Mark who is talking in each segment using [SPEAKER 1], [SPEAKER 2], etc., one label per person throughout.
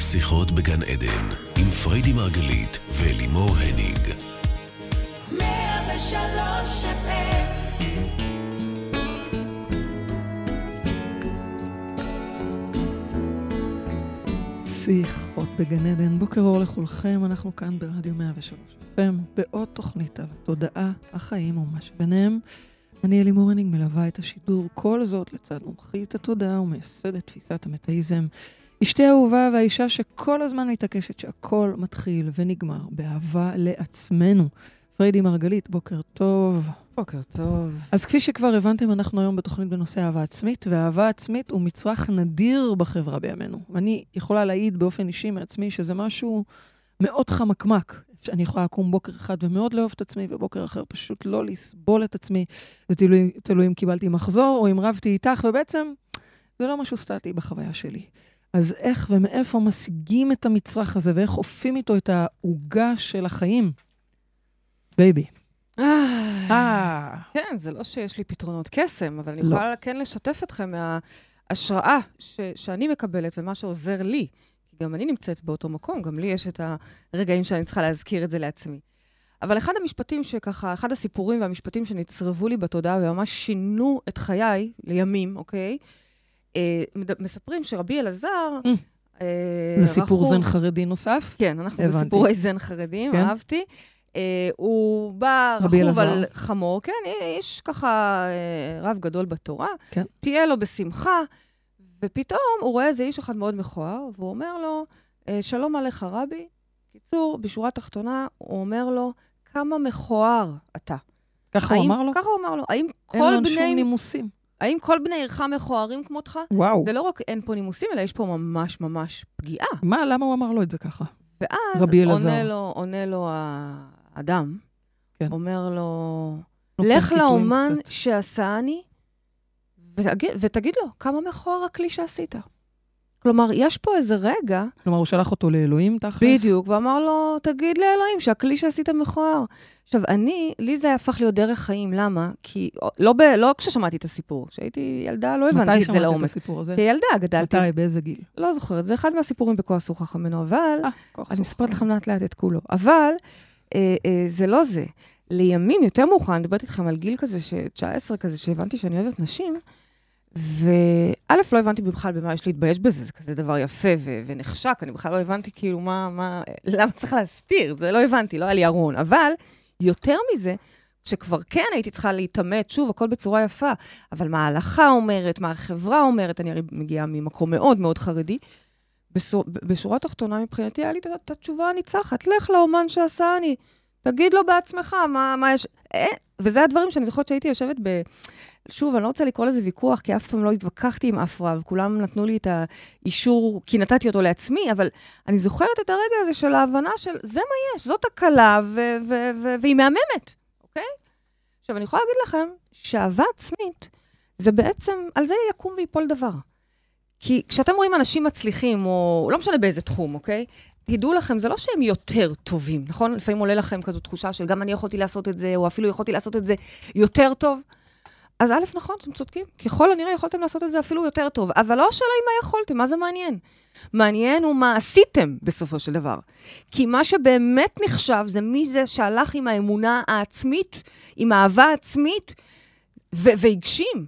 [SPEAKER 1] שיחות בגן עדן, עם פריידי מרגלית ולימור הניג.
[SPEAKER 2] 103 FM
[SPEAKER 3] שיחות בגן עדן. בוקר אור לכולכם, אנחנו כאן ברדיו 103 FM, בעוד תוכנית על התודעה, החיים ומה שביניהם. אני אלימור הניג מלווה את השידור, כל זאת לצד מומחית התודעה ומייסדת תפיסת המטאיזם. אשתי האהובה והאישה שכל הזמן מתעקשת שהכל מתחיל ונגמר באהבה לעצמנו. פריידי מרגלית, בוקר טוב.
[SPEAKER 4] בוקר טוב.
[SPEAKER 3] אז כפי שכבר הבנתם, אנחנו היום בתוכנית בנושא אהבה עצמית, והאהבה עצמית הוא מצרך נדיר בחברה בימינו. אני יכולה להעיד באופן אישי מעצמי שזה משהו מאוד חמקמק. אני יכולה לקום בוקר אחד ומאוד לאהוב את עצמי, ובוקר אחר פשוט לא לסבול את עצמי. זה תלוי, תלוי אם קיבלתי מחזור או אם רבתי איתך, ובעצם זה לא משהו סטטי בחוויה שלי. אז איך ומאיפה משיגים את המצרך הזה, ואיך אופים איתו את העוגה של החיים? בייבי. אה...
[SPEAKER 4] כן, זה לא שיש לי פתרונות קסם, אבל אני
[SPEAKER 3] לא.
[SPEAKER 4] יכולה כן לשתף אתכם מההשראה ש- שאני מקבלת ומה שעוזר לי. כי גם אני נמצאת באותו מקום, גם לי יש את הרגעים שאני צריכה להזכיר את זה לעצמי. אבל אחד המשפטים שככה, אחד הסיפורים והמשפטים שנצרבו לי בתודעה וממש שינו את חיי לימים, אוקיי? אה, מד- מספרים שרבי אלעזר...
[SPEAKER 3] Mm.
[SPEAKER 4] אה,
[SPEAKER 3] זה סיפור
[SPEAKER 4] רכוב-
[SPEAKER 3] זן חרדי נוסף?
[SPEAKER 4] כן, אנחנו
[SPEAKER 3] הבנתי.
[SPEAKER 4] בסיפורי זן חרדים,
[SPEAKER 3] כן.
[SPEAKER 4] אהבתי. אה, הוא בא
[SPEAKER 3] רבי
[SPEAKER 4] רכוב
[SPEAKER 3] אלעזר.
[SPEAKER 4] על חמור, כן, איש ככה אה, רב גדול בתורה,
[SPEAKER 3] כן.
[SPEAKER 4] תהיה לו בשמחה, ופתאום הוא רואה איזה איש אחד מאוד מכוער, והוא אומר לו, אה, שלום עליך רבי. קיצור, בשורה התחתונה, הוא אומר לו, כמה מכוער אתה.
[SPEAKER 3] ככה הוא
[SPEAKER 4] כן. האם-
[SPEAKER 3] אמר לו?
[SPEAKER 4] ככה הוא אמר לו. האם
[SPEAKER 3] אין
[SPEAKER 4] כל
[SPEAKER 3] לנו שום
[SPEAKER 4] בני,
[SPEAKER 3] נימוסים.
[SPEAKER 4] האם כל בני עירך מכוערים כמותך?
[SPEAKER 3] וואו.
[SPEAKER 4] זה לא רק אין פה נימוסים, אלא יש פה ממש ממש פגיעה.
[SPEAKER 3] מה, למה הוא אמר לו את זה ככה?
[SPEAKER 4] ואז
[SPEAKER 3] רבי
[SPEAKER 4] עונה
[SPEAKER 3] אלעזר.
[SPEAKER 4] לו, עונה לו האדם,
[SPEAKER 3] כן.
[SPEAKER 4] אומר לו,
[SPEAKER 3] נותן
[SPEAKER 4] לך
[SPEAKER 3] פיתויים
[SPEAKER 4] לאומן
[SPEAKER 3] קצת.
[SPEAKER 4] שעשני ותגיד, ותגיד לו כמה מכוער הכלי שעשית. כלומר, יש פה איזה רגע,
[SPEAKER 3] כלומר, הוא שלח אותו לאלוהים תכלס?
[SPEAKER 4] בדיוק, ואמר לו, תגיד לאלוהים שהכלי שעשית מכוער. עכשיו, אני, לי זה הפך להיות דרך חיים, למה? כי, לא, ב, לא כששמעתי את הסיפור, כשהייתי ילדה לא הבנתי את זה
[SPEAKER 3] מתי שמעת
[SPEAKER 4] לעומק. כן,
[SPEAKER 3] את הסיפור הזה?
[SPEAKER 4] כילדה גדלתי,
[SPEAKER 3] מתי? באיזה גיל?
[SPEAKER 4] לא זוכרת, זה אחד מהסיפורים בכוח סוחך ממנו, אבל...
[SPEAKER 3] אה, כוח
[SPEAKER 4] אני
[SPEAKER 3] סוחר.
[SPEAKER 4] מספרת לכם לאט לאט את כולו. אבל אה, אה, זה לא זה. לימים, יותר מאוחר, אני מדברת איתכם על גיל כזה, ש- 19 כזה, שהבנתי שאני אוהבת נשים, וא', לא הבנתי בכלל במה יש להתבייש בזה, זה כזה דבר יפה ו- ונחשק, אני בכלל לא הבנתי כאילו מה, מה, למה צריך להסתיר, זה לא הבנתי, לא היה לי ארון. אבל יותר מזה, כשכבר כן הייתי צריכה להתעמת, שוב, הכל בצורה יפה, אבל מה ההלכה אומרת, מה החברה אומרת, אני הרי מגיעה ממקום מאוד מאוד חרדי, בסו- ב- בשורה התחתונה מבחינתי היה לי את- את התשובה הניצחת, לך לאומן שעשה אני, תגיד לו בעצמך מה, מה יש... אה, וזה הדברים שאני זוכרת שהייתי יושבת ב... שוב, אני לא רוצה לקרוא לזה ויכוח, כי אף פעם לא התווכחתי עם אף רב, כולם נתנו לי את האישור, כי נתתי אותו לעצמי, אבל אני זוכרת את הרגע הזה של ההבנה של זה מה יש, זאת הקלה, ו- ו- ו- והיא מהממת, אוקיי? עכשיו, אני יכולה להגיד לכם שאהבה עצמית, זה בעצם, על זה יקום ויפול דבר. כי כשאתם רואים אנשים מצליחים, או לא משנה באיזה תחום, אוקיי? תדעו לכם, זה לא שהם יותר טובים, נכון? לפעמים עולה לכם כזו תחושה של גם אני יכולתי לעשות את זה, או אפילו יכולתי לעשות את זה יותר טוב. אז א', נכון, אתם צודקים. ככל הנראה יכולתם לעשות את זה אפילו יותר טוב. אבל לא השאלה היא מה יכולתם, מה זה מעניין? מעניין הוא מה עשיתם בסופו של דבר. כי מה שבאמת נחשב זה מי זה שהלך עם האמונה העצמית, עם האהבה העצמית, ו- והגשים.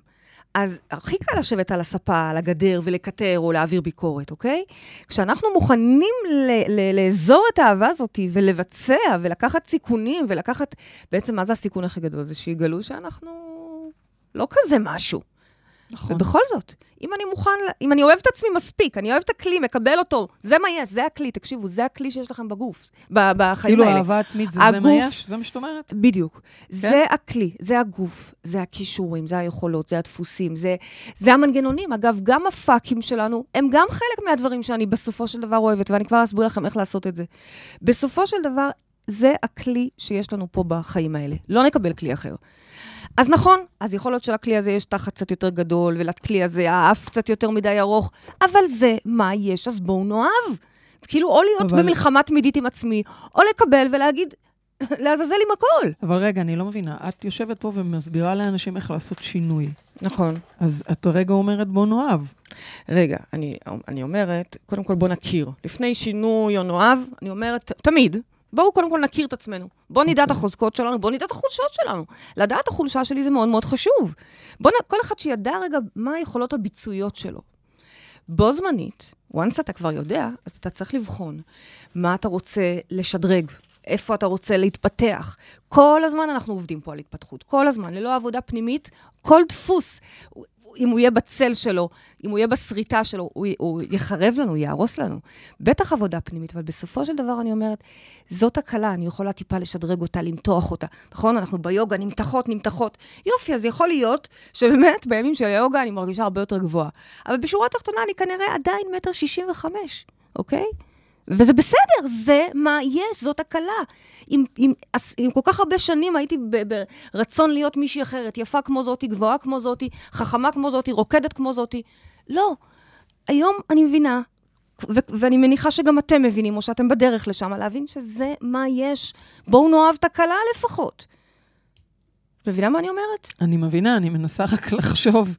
[SPEAKER 4] אז הכי קל לשבת על הספה, על הגדר ולקטר או להעביר ביקורת, אוקיי? כשאנחנו מוכנים ל- ל- לאזור את האהבה הזאת ולבצע ולקחת סיכונים ולקחת... בעצם, מה זה הסיכון הכי גדול? זה שיגלו שאנחנו לא כזה משהו.
[SPEAKER 3] נכון.
[SPEAKER 4] ובכל זאת, אם אני מוכן, ל- אם אני אוהב את עצמי מספיק, אני אוהב את הכלי, מקבל אותו, זה מה יש, זה הכלי, תקשיבו, זה הכלי שיש לכם בגוף, ב- בחיים
[SPEAKER 3] כאילו
[SPEAKER 4] האלה.
[SPEAKER 3] אהבה עצמית זה זה מה
[SPEAKER 4] הגוף-
[SPEAKER 3] יש? זה מה שאת אומרת?
[SPEAKER 4] בדיוק. זה הכלי, זה הגוף, זה הכישורים, זה היכולות, זה הדפוסים, זה, זה המנגנונים. אגב, גם הפאקים שלנו הם גם חלק מהדברים שאני בסופו של דבר אוהבת, ואני כבר אסביר לכם איך לעשות את זה. בסופו של דבר, זה הכלי שיש לנו פה בחיים האלה. לא נקבל כלי אחר. אז נכון, אז יכול להיות שלכלי הזה יש תחת קצת יותר גדול, ולכלי הזה האף קצת יותר מדי ארוך, אבל זה מה יש, אז בואו נאהב. זה כאילו או להיות
[SPEAKER 3] אבל-
[SPEAKER 4] אבל... במלחמה תמידית עם עצמי, או לקבל ולהגיד, לעזאזל עם הכל.
[SPEAKER 3] אבל רגע, אני לא מבינה. את יושבת פה ומסבירה לאנשים איך לעשות שינוי.
[SPEAKER 4] נכון.
[SPEAKER 3] אז את הרגע אומרת, בוא נאהב.
[SPEAKER 4] רגע, אני, אני אומרת, קודם כל בוא נכיר. לפני שינוי או נואב, אני אומרת, תמיד, בואו קודם כל נכיר את עצמנו. בואו נדע את החוזקות שלנו, בואו נדע את החולשות שלנו. לדעת החולשה שלי זה מאוד מאוד חשוב. בואו, כל אחד שידע רגע מה היכולות הביצועיות שלו. בו זמנית, once אתה כבר יודע, אז אתה צריך לבחון מה אתה רוצה לשדרג, איפה אתה רוצה להתפתח. כל הזמן אנחנו עובדים פה על התפתחות, כל הזמן, ללא עבודה פנימית, כל דפוס, אם הוא יהיה בצל שלו, אם הוא יהיה בסריטה שלו, הוא, הוא יחרב לנו, יהרוס לנו. בטח עבודה פנימית, אבל בסופו של דבר אני אומרת, זאת הקלה, אני יכולה טיפה לשדרג אותה, למתוח אותה. נכון? אנחנו ביוגה נמתחות, נמתחות. יופי, אז יכול להיות שבאמת בימים של היוגה אני מרגישה הרבה יותר גבוהה. אבל בשורה התחתונה אני כנראה עדיין מטר שישים וחמש, אוקיי? וזה בסדר, זה מה יש, זאת הקלה. אם, אם, אז- אם כל כך הרבה שנים הייתי ב- ברצון להיות מישהי אחרת, יפה כמו זאתי, גבוהה כמו זאתי, חכמה כמו זאתי, רוקדת כמו זאתי. לא. היום אני מבינה, ו- ואני מניחה שגם אתם מבינים, או שאתם בדרך לשם, להבין שזה מה יש. בואו נאהב את הקלה לפחות. מבינה מה אני אומרת?
[SPEAKER 3] אני מבינה, אני מנסה רק לחשוב.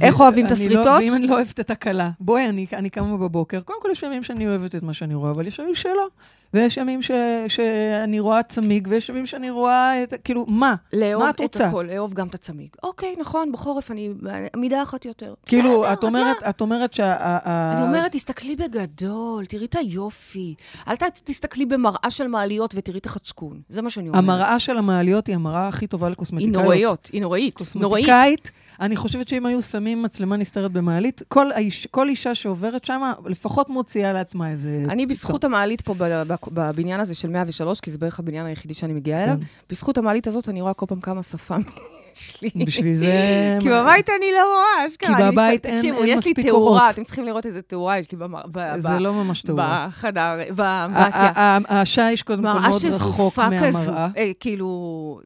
[SPEAKER 4] איך אוהבים את
[SPEAKER 3] אני
[SPEAKER 4] הסריטות?
[SPEAKER 3] לא, ואם אני לא אוהבת את הכלה, בואי, אני, אני קמה בבוקר. קודם כל, יש ימים שאני אוהבת את מה שאני רואה, אבל יש ימים שלא. ויש ימים ש, שאני רואה צמיג, ויש ימים שאני רואה את... כאילו, מה?
[SPEAKER 4] לאהוב
[SPEAKER 3] מה את
[SPEAKER 4] את
[SPEAKER 3] רוצה?
[SPEAKER 4] הכל, לאהוב גם את הצמיג. אוקיי, נכון, בחורף אני מידה אחת יותר.
[SPEAKER 3] כאילו,
[SPEAKER 4] בסדר,
[SPEAKER 3] את
[SPEAKER 4] אז מה?
[SPEAKER 3] אומרת, את אומרת שה... ה- ה-
[SPEAKER 4] אני אומרת, תסתכלי בגדול, תראי את היופי. אל ת- תסתכלי במראה של מעליות ותראי את החדשקון. זה מה שאני אומרת.
[SPEAKER 3] המראה של המעליות היא המראה הכי טובה
[SPEAKER 4] היא
[SPEAKER 3] לקוסמטיקאיות.
[SPEAKER 4] נוראיות, היא נוראית. נוראית.
[SPEAKER 3] קוסמטיקאית. אני חושבת שאם היו שמים מצלמה נסתרת במעלית, כל, האיש, כל אישה שעוברת שם לפחות מוציאה לעצמה איזה...
[SPEAKER 4] אני בזכות המעלית פה ב- ב- בבניין הזה של 103, כי זה בערך הבניין היחידי שאני מגיעה
[SPEAKER 3] כן.
[SPEAKER 4] אליו, בזכות המעלית הזאת אני רואה כל פעם כמה שפם יש לי.
[SPEAKER 3] בשביל זה...
[SPEAKER 4] כי בבית אני לא רואה, אשכרה.
[SPEAKER 3] כי
[SPEAKER 4] אני
[SPEAKER 3] בבית
[SPEAKER 4] מסת-
[SPEAKER 3] אין-
[SPEAKER 4] תקשיבו,
[SPEAKER 3] אין
[SPEAKER 4] יש לי
[SPEAKER 3] מספיק
[SPEAKER 4] תאורה,
[SPEAKER 3] אורות.
[SPEAKER 4] אתם צריכים לראות איזה תאורה יש לי במ- ב-
[SPEAKER 3] זה
[SPEAKER 4] ב-
[SPEAKER 3] לא ממש תאורה.
[SPEAKER 4] בחדר,
[SPEAKER 3] ה-
[SPEAKER 4] באמבטיה.
[SPEAKER 3] ה- ה- השיש קודם כל
[SPEAKER 4] מראה
[SPEAKER 3] מאוד רחוק
[SPEAKER 4] שזופה כזו,
[SPEAKER 3] מהמראה.
[SPEAKER 4] אה, כאילו,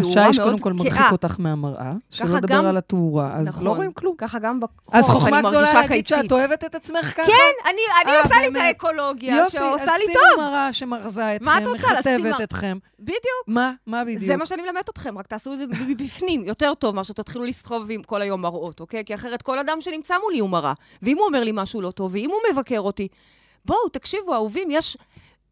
[SPEAKER 4] תאורה מאוד
[SPEAKER 3] השיש קודם כל מרחיק
[SPEAKER 4] כהה.
[SPEAKER 3] אותך מהמראה, שלא
[SPEAKER 4] ככה
[SPEAKER 3] לדבר
[SPEAKER 4] גם-
[SPEAKER 3] על התאורה, אז
[SPEAKER 4] נכון.
[SPEAKER 3] לא רואים כלום.
[SPEAKER 4] ככה גם
[SPEAKER 3] אז
[SPEAKER 4] בחורף
[SPEAKER 3] חוכמה
[SPEAKER 4] אני
[SPEAKER 3] גדולה
[SPEAKER 4] מרגישה
[SPEAKER 3] להגיד
[SPEAKER 4] קיצית.
[SPEAKER 3] שאת אוהבת את עצמך ככה?
[SPEAKER 4] כן, אני, אני
[SPEAKER 3] אה,
[SPEAKER 4] עושה לי את
[SPEAKER 3] באמת.
[SPEAKER 4] האקולוגיה,
[SPEAKER 3] יופי,
[SPEAKER 4] שעושה לי
[SPEAKER 3] אז
[SPEAKER 4] טוב.
[SPEAKER 3] שימו מראה שמרזה אתכם,
[SPEAKER 4] מה את רוצה? לשים
[SPEAKER 3] מכתבת
[SPEAKER 4] מראה?
[SPEAKER 3] אתכם.
[SPEAKER 4] בדיוק.
[SPEAKER 3] מה? מה בדיוק?
[SPEAKER 4] זה מה שאני מלמדת אתכם, רק תעשו את זה מבפנים, יותר טוב מאשר תתחילו לסחוב עם כל היום מראות, אוקיי? כי אחרת כל אדם שנמצא מולי הוא מראה. ואם הוא אומר לי משהו לא טוב, ואם הוא מבקר אותי, בואו, תקשיבו, אהובים, יש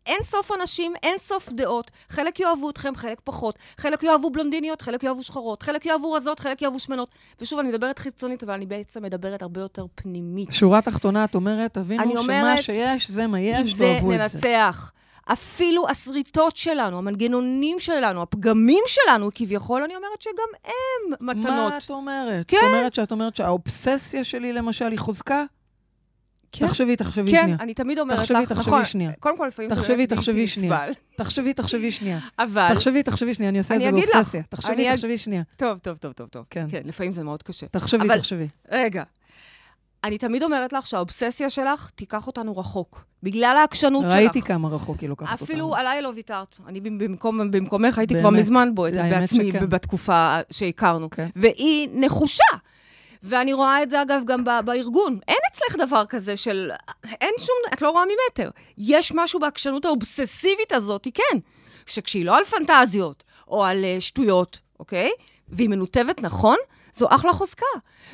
[SPEAKER 4] אין סוף אנשים, אין סוף דעות. חלק יאהבו אתכם, חלק פחות. חלק יאהבו בלונדיניות, חלק יאהבו שחורות. חלק יאהבו רזות, חלק יאהבו שמנות. ושוב, אני מדברת חיצונית, אבל אני בעצם מדברת הרבה יותר פנימית.
[SPEAKER 3] שורה תחתונה, את אומרת,
[SPEAKER 4] אני
[SPEAKER 3] תבינו שמה
[SPEAKER 4] אומרת,
[SPEAKER 3] שיש, זה מה
[SPEAKER 4] עם
[SPEAKER 3] יש,
[SPEAKER 4] זה
[SPEAKER 3] תאהבו את זה.
[SPEAKER 4] ננצח. אפילו הסריטות שלנו, המנגנונים שלנו, הפגמים שלנו, כביכול, אני אומרת שגם הם מתנות.
[SPEAKER 3] מה את אומרת?
[SPEAKER 4] כן.
[SPEAKER 3] זאת אומרת שאת אומרת שהאובססיה שלי, למשל, היא חוזקה?
[SPEAKER 4] כן.
[SPEAKER 3] תחשבי, תחשבי
[SPEAKER 4] כן,
[SPEAKER 3] שנייה.
[SPEAKER 4] אני תמיד אומרת
[SPEAKER 3] תחשבי,
[SPEAKER 4] לך,
[SPEAKER 3] תחשבי
[SPEAKER 4] נכון,
[SPEAKER 3] שנייה.
[SPEAKER 4] קודם כל, לפעמים זה
[SPEAKER 3] תחשבי,
[SPEAKER 4] באמת בלתי
[SPEAKER 3] תחשבי שנייה.
[SPEAKER 4] נסבל.
[SPEAKER 3] תחשבי, תחשבי שנייה.
[SPEAKER 4] אבל,
[SPEAKER 3] תחשבי, תחשבי שנייה, אני אעשה את זה
[SPEAKER 4] אני אגיד לך.
[SPEAKER 3] באובססיה. תחשבי,
[SPEAKER 4] אני אג-
[SPEAKER 3] תחשבי שנייה.
[SPEAKER 4] טוב, טוב, טוב, טוב, טוב.
[SPEAKER 3] כן.
[SPEAKER 4] כן, לפעמים זה מאוד קשה.
[SPEAKER 3] תחשבי,
[SPEAKER 4] אבל-
[SPEAKER 3] תחשבי.
[SPEAKER 4] רגע, אני תמיד אומרת לך שהאובססיה שלך תיקח אותנו רחוק. בגלל העקשנות שלך.
[SPEAKER 3] ראיתי כמה רחוק היא לוקחת אותנו.
[SPEAKER 4] אפילו עליי לא ויתרת. אני במקום, במקומך הייתי כבר
[SPEAKER 3] באמת.
[SPEAKER 4] מזמן בועטת
[SPEAKER 3] האמת
[SPEAKER 4] בעצמי
[SPEAKER 3] שכן.
[SPEAKER 4] בתקופה שהכרנו.
[SPEAKER 3] כן.
[SPEAKER 4] והיא נחושה. ואני רואה את זה, אגב, גם ב- בארגון. אין אצלך דבר כזה של... אין שום... את לא רואה ממטר. יש משהו בעקשנות האובססיבית הזאת, היא כן. שכשהיא לא על פנטזיות או על אה, שטויות, אוקיי? והיא מנותבת נכון, זו אחלה חוזקה.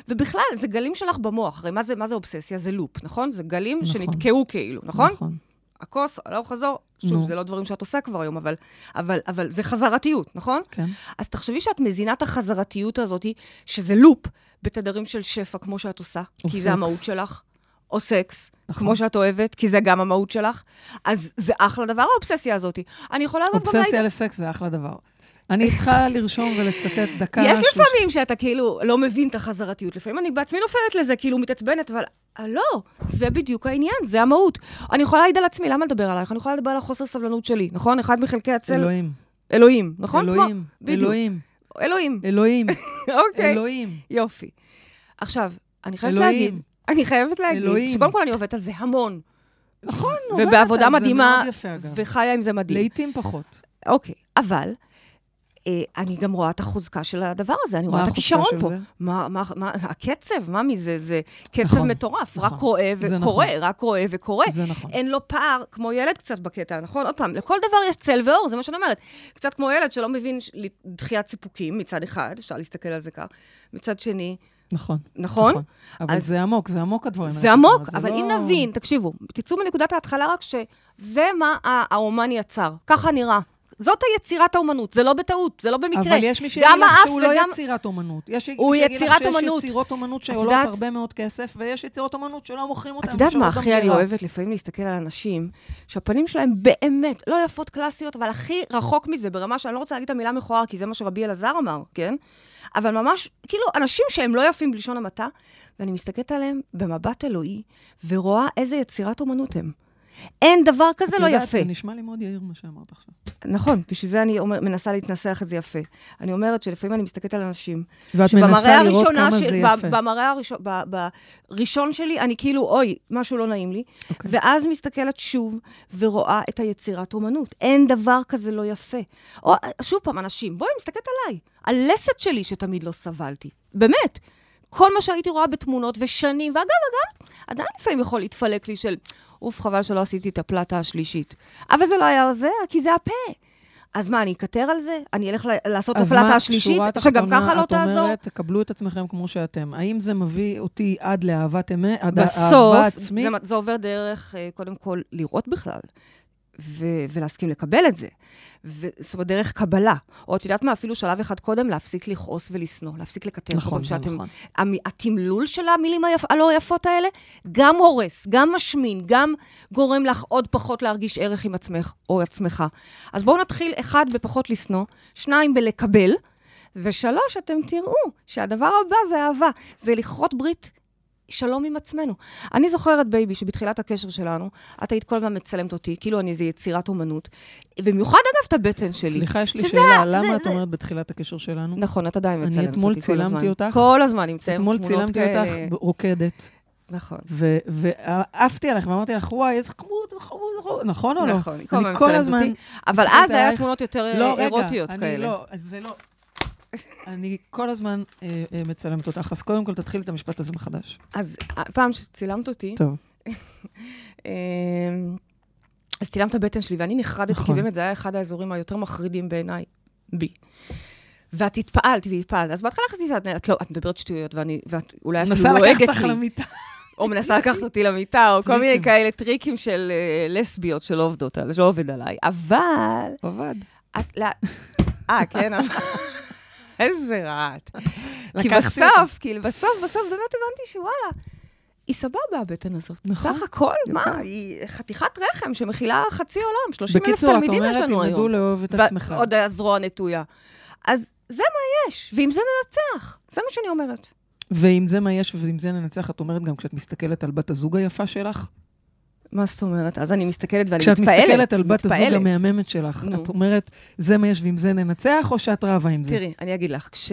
[SPEAKER 4] ובכלל, זה גלים שלך במוח. הרי מה זה, מה זה אובססיה? זה לופ, נכון? זה גלים
[SPEAKER 3] נכון.
[SPEAKER 4] שנתקעו כאילו, נכון?
[SPEAKER 3] נכון.
[SPEAKER 4] הכוס, הלוך חזור, שוב,
[SPEAKER 3] נו.
[SPEAKER 4] זה לא דברים שאת עושה כבר היום, אבל, אבל, אבל זה חזרתיות, נכון?
[SPEAKER 3] כן.
[SPEAKER 4] אז תחשבי שאת מזינה את החזרתיות הזאת, שזה לופ, בתדרים של שפע, כמו שאת עושה,
[SPEAKER 3] או
[SPEAKER 4] כי סקס.
[SPEAKER 3] סקס.
[SPEAKER 4] זה המהות שלך, או סקס,
[SPEAKER 3] נכון.
[SPEAKER 4] כמו שאת אוהבת, כי זה גם המהות שלך, אז זה אחלה דבר, האובססיה הזאת. אני יכולה אגב גם להגיד...
[SPEAKER 3] אובססיה לסקס זה אחלה דבר. אני צריכה לרשום ולצטט דקה.
[SPEAKER 4] יש
[SPEAKER 3] שלוש-
[SPEAKER 4] לפעמים שאתה כאילו לא מבין את החזרתיות, לפעמים אני בעצמי נופלת לזה, כאילו מתעצבנת, אבל אה, לא, זה בדיוק העניין, זה המהות. אני יכולה להעיד על עצמי, למה לדבר עלייך? אני יכולה לדבר על החוסר סבלנות שלי, נכון? אחד מחלקי הצל...
[SPEAKER 3] אלוהים.
[SPEAKER 4] אלוהים, נכון?
[SPEAKER 3] אלוהים.
[SPEAKER 4] כמו- בדיוק.
[SPEAKER 3] אלוהים.
[SPEAKER 4] אלוהים.
[SPEAKER 3] אלוהים.
[SPEAKER 4] אוקיי.
[SPEAKER 3] אלוהים.
[SPEAKER 4] יופי. עכשיו, אני חייבת
[SPEAKER 3] אלוהים.
[SPEAKER 4] להגיד, אני חייבת להגיד,
[SPEAKER 3] אלוהים.
[SPEAKER 4] שקודם כל אני עובדת על זה המון,
[SPEAKER 3] נכון, עובדת על
[SPEAKER 4] ובעבודה
[SPEAKER 3] זה,
[SPEAKER 4] מדהימה,
[SPEAKER 3] מאוד יפה, אגב.
[SPEAKER 4] וחיה עם זה מדהים.
[SPEAKER 3] לעיתים פחות.
[SPEAKER 4] אוקיי, אבל אה, אני גם רואה את החוזקה של הדבר הזה, אני רואה
[SPEAKER 3] מה
[SPEAKER 4] את
[SPEAKER 3] החוזקה
[SPEAKER 4] הכישרון
[SPEAKER 3] של
[SPEAKER 4] פה.
[SPEAKER 3] זה?
[SPEAKER 4] מה, מה, מה, הקצב, מה מזה? זה קצב
[SPEAKER 3] נכון,
[SPEAKER 4] מטורף,
[SPEAKER 3] נכון.
[SPEAKER 4] רק רואה
[SPEAKER 3] זה
[SPEAKER 4] וקורא,
[SPEAKER 3] נכון.
[SPEAKER 4] רק רואה וקורא.
[SPEAKER 3] זה נכון.
[SPEAKER 4] אין לו פער, כמו ילד קצת בקטע, נכון? עוד פעם, לכל דבר יש צל ואור, זה מה שאני אומרת. קצת כמו ילד שלא מבין ש- דחיית סיפוקים מצד אחד, אפשר להסתכל על זה כך, מצד שני,
[SPEAKER 3] נכון.
[SPEAKER 4] נכון?
[SPEAKER 3] אבל
[SPEAKER 4] אז-
[SPEAKER 3] זה עמוק, זה עמוק הדברים
[SPEAKER 4] זה
[SPEAKER 3] האלה.
[SPEAKER 4] עמוק,
[SPEAKER 3] זאת אומרת, זה
[SPEAKER 4] אבל
[SPEAKER 3] לא-
[SPEAKER 4] אם נבין, תקשיבו, תצאו מנקודת ההתחלה רק שזה מה ה- האומן יצר, ככה נראה. זאת היצירת האומנות, זה לא בטעות, זה לא במקרה.
[SPEAKER 3] אבל יש מי שיגיד
[SPEAKER 4] גם
[SPEAKER 3] לך
[SPEAKER 4] האף
[SPEAKER 3] שהוא לא
[SPEAKER 4] וגם-
[SPEAKER 3] יצירת אומנות. יש מי
[SPEAKER 4] הוא
[SPEAKER 3] שיגיד לך
[SPEAKER 4] יצירת אומנות.
[SPEAKER 3] שיש יצירות אומנות שעולות
[SPEAKER 4] יודעת-
[SPEAKER 3] הרבה מאוד כסף, ויש יצירות אומנות שלא מוכרים אותן.
[SPEAKER 4] את יודעת מה
[SPEAKER 3] נשארות
[SPEAKER 4] הכי אני
[SPEAKER 3] במגירה.
[SPEAKER 4] אוהבת לפעמים להסתכל על אנשים, שהפנים שלהם באמת לא יפות קלאסיות, אבל הכי רחוק מזה, ברמה שאני לא רוצה להגיד את המילה מכוער, כי זה מה שרבי אלעזר אמר, כן? אבל ממש, כאילו, אנשים שהם לא יפים בלשון המעטה, ואני מסתכלת עליהם במבט אלוהי, ורואה איזה יצירת אומנות הם. אין דבר כזה
[SPEAKER 3] את
[SPEAKER 4] לא
[SPEAKER 3] יודעת,
[SPEAKER 4] יפה.
[SPEAKER 3] זה נשמע לי מאוד יאיר מה שאמרת עכשיו.
[SPEAKER 4] נכון, בשביל זה אני אומר, מנסה להתנסח את זה יפה. אני אומרת שלפעמים אני מסתכלת על אנשים,
[SPEAKER 3] ואת
[SPEAKER 4] שבמראה
[SPEAKER 3] מנסה לראות
[SPEAKER 4] הראשונה
[SPEAKER 3] כמה
[SPEAKER 4] של-
[SPEAKER 3] זה
[SPEAKER 4] ב-
[SPEAKER 3] יפה.
[SPEAKER 4] במראה הראשון, ב- בראשון שלי, אני כאילו, אוי, משהו לא נעים לי.
[SPEAKER 3] אוקיי.
[SPEAKER 4] ואז מסתכלת שוב ורואה את היצירת אומנות. אין דבר כזה לא יפה. או, שוב פעם, אנשים, בואי, מסתכלת עליי. הלסת שלי שתמיד לא סבלתי. באמת. כל מה שהייתי רואה בתמונות ושנים, ואגב, אגב, עדיין לפעמים יכול להתפלק לי של, אוף, חבל שלא עשיתי את הפלטה השלישית. אבל זה לא היה עוזר, כי זה הפה. אז מה, אני אקטר על זה? אני אלך ל- לעשות את
[SPEAKER 3] אז
[SPEAKER 4] הפלטה
[SPEAKER 3] מה,
[SPEAKER 4] השלישית,
[SPEAKER 3] שורה
[SPEAKER 4] שגם
[SPEAKER 3] התחתונה,
[SPEAKER 4] ככה לא
[SPEAKER 3] את
[SPEAKER 4] תעזור?
[SPEAKER 3] אומרת, תקבלו את עצמכם כמו שאתם. האם זה מביא אותי עד לאהבת אמת, עד
[SPEAKER 4] בסוף,
[SPEAKER 3] אהבה עצמית?
[SPEAKER 4] זה, זה עובר דרך, אה, קודם כל, לראות בכלל, ו- ולהסכים לקבל את זה. ו- זאת אומרת, דרך קבלה. או את יודעת מה, אפילו שלב אחד קודם, להפסיק לכעוס ולשנוא, להפסיק לקטר. כל
[SPEAKER 3] נכון,
[SPEAKER 4] פעם
[SPEAKER 3] זה
[SPEAKER 4] שאתם-
[SPEAKER 3] נכון.
[SPEAKER 4] המ- התמלול של המילים היפ- הלא יפות האלה, גם הורס, גם משמין, גם גורם לך עוד פחות להרגיש ערך עם עצמך או עצמך. אז בואו נתחיל, אחד, בפחות לשנוא, שניים, בלקבל, ושלוש, אתם תראו שהדבר הבא זה אהבה, זה לכרות ברית שלום עם עצמנו. אני זוכרת, בייבי, שבתחילת הקשר שלנו, את היית כל הזמן מצלמת אותי, כאילו אני איזו יצירת אומנות. במיוחד, אגב, את הבטן שלי.
[SPEAKER 3] סליחה, יש לי
[SPEAKER 4] שזה-
[SPEAKER 3] שאלה,
[SPEAKER 4] זה-
[SPEAKER 3] למה את
[SPEAKER 4] זה-
[SPEAKER 3] אומרת בתחילת הקשר שלנו?
[SPEAKER 4] נכון, את עדיין
[SPEAKER 3] אני
[SPEAKER 4] מצלמת אותי כל
[SPEAKER 3] אתמול
[SPEAKER 4] הזמן.
[SPEAKER 3] צילמתי אותך.
[SPEAKER 4] כל הזמן נמצאים
[SPEAKER 3] אתמול
[SPEAKER 4] תמונות אה, כאלה.
[SPEAKER 3] צילמתי אותך רוקדת,
[SPEAKER 4] נכון.
[SPEAKER 3] ו- ועפתי עליך ואמרתי לך, וואי, איזה חמוד, איזה חמוד, איזה חמוד, נכון או לא?
[SPEAKER 4] נכון, היא כל
[SPEAKER 3] אני
[SPEAKER 4] הזמן מצלמת אותי. אבל
[SPEAKER 3] מסתכלת
[SPEAKER 4] אז היה
[SPEAKER 3] עלייך.
[SPEAKER 4] תמונות יותר אה,
[SPEAKER 3] לא, רגע,
[SPEAKER 4] אירוטיות
[SPEAKER 3] אני
[SPEAKER 4] כאלה.
[SPEAKER 3] לא, אז זה לא. אני כל הזמן אה, אה, מצלמת אותך, אז קודם כל תתחילי את המשפט הזה מחדש.
[SPEAKER 4] אז הפעם שצילמת אותי,
[SPEAKER 3] טוב.
[SPEAKER 4] אמ, אז צילמת את הבטן שלי, ואני נחרדתי,
[SPEAKER 3] נכון.
[SPEAKER 4] כי באמת זה היה אחד האזורים היותר מחרידים בעיניי, בי. ואת התפעלת והתפעלת. אז בהתחלה חשבתי שאת את לא, את מדברת שטויות, ואני, ואת אולי אפילו
[SPEAKER 3] מנסה לקחת
[SPEAKER 4] לועגת
[SPEAKER 3] אותך
[SPEAKER 4] לי,
[SPEAKER 3] למיטה.
[SPEAKER 4] או מנסה לקחת אותי למיטה, או כל מיני
[SPEAKER 3] טריקים.
[SPEAKER 4] כאלה טריקים של אה, לסביות שלא עובדות, על- שלא עובד עליי. אבל...
[SPEAKER 3] עבד.
[SPEAKER 4] את... לא- אה, כן, אבל... איזה רעת. כי
[SPEAKER 3] לקחתי
[SPEAKER 4] בסוף, כאילו, בסוף, בסוף באמת הבנתי שוואלה, היא סבבה הבטן הזאת.
[SPEAKER 3] נכון.
[SPEAKER 4] סך הכל,
[SPEAKER 3] יפה.
[SPEAKER 4] מה, היא חתיכת רחם שמכילה חצי עולם, 30 אלף
[SPEAKER 3] בקיצור, את
[SPEAKER 4] תלמידים יש
[SPEAKER 3] אומרת,
[SPEAKER 4] לנו
[SPEAKER 3] תלמדו
[SPEAKER 4] היום.
[SPEAKER 3] לאהוב את
[SPEAKER 4] ו-
[SPEAKER 3] עצמך.
[SPEAKER 4] עוד הזרוע נטויה. אז זה מה יש, ועם זה ננצח. זה מה שאני אומרת.
[SPEAKER 3] ואם זה מה יש ואם זה ננצח, את אומרת גם כשאת מסתכלת על בת הזוג היפה שלך?
[SPEAKER 4] מה זאת אומרת? אז אני מסתכלת ואני
[SPEAKER 3] כשאת
[SPEAKER 4] מתפעלת.
[SPEAKER 3] מסתכלת על בת הזוג
[SPEAKER 4] מתפעלת.
[SPEAKER 3] המהממת שלך,
[SPEAKER 4] נו.
[SPEAKER 3] את אומרת, זה מה יש ועם זה ננצח, או שאת רבה עם זה?
[SPEAKER 4] תראי, אני אגיד לך, כש...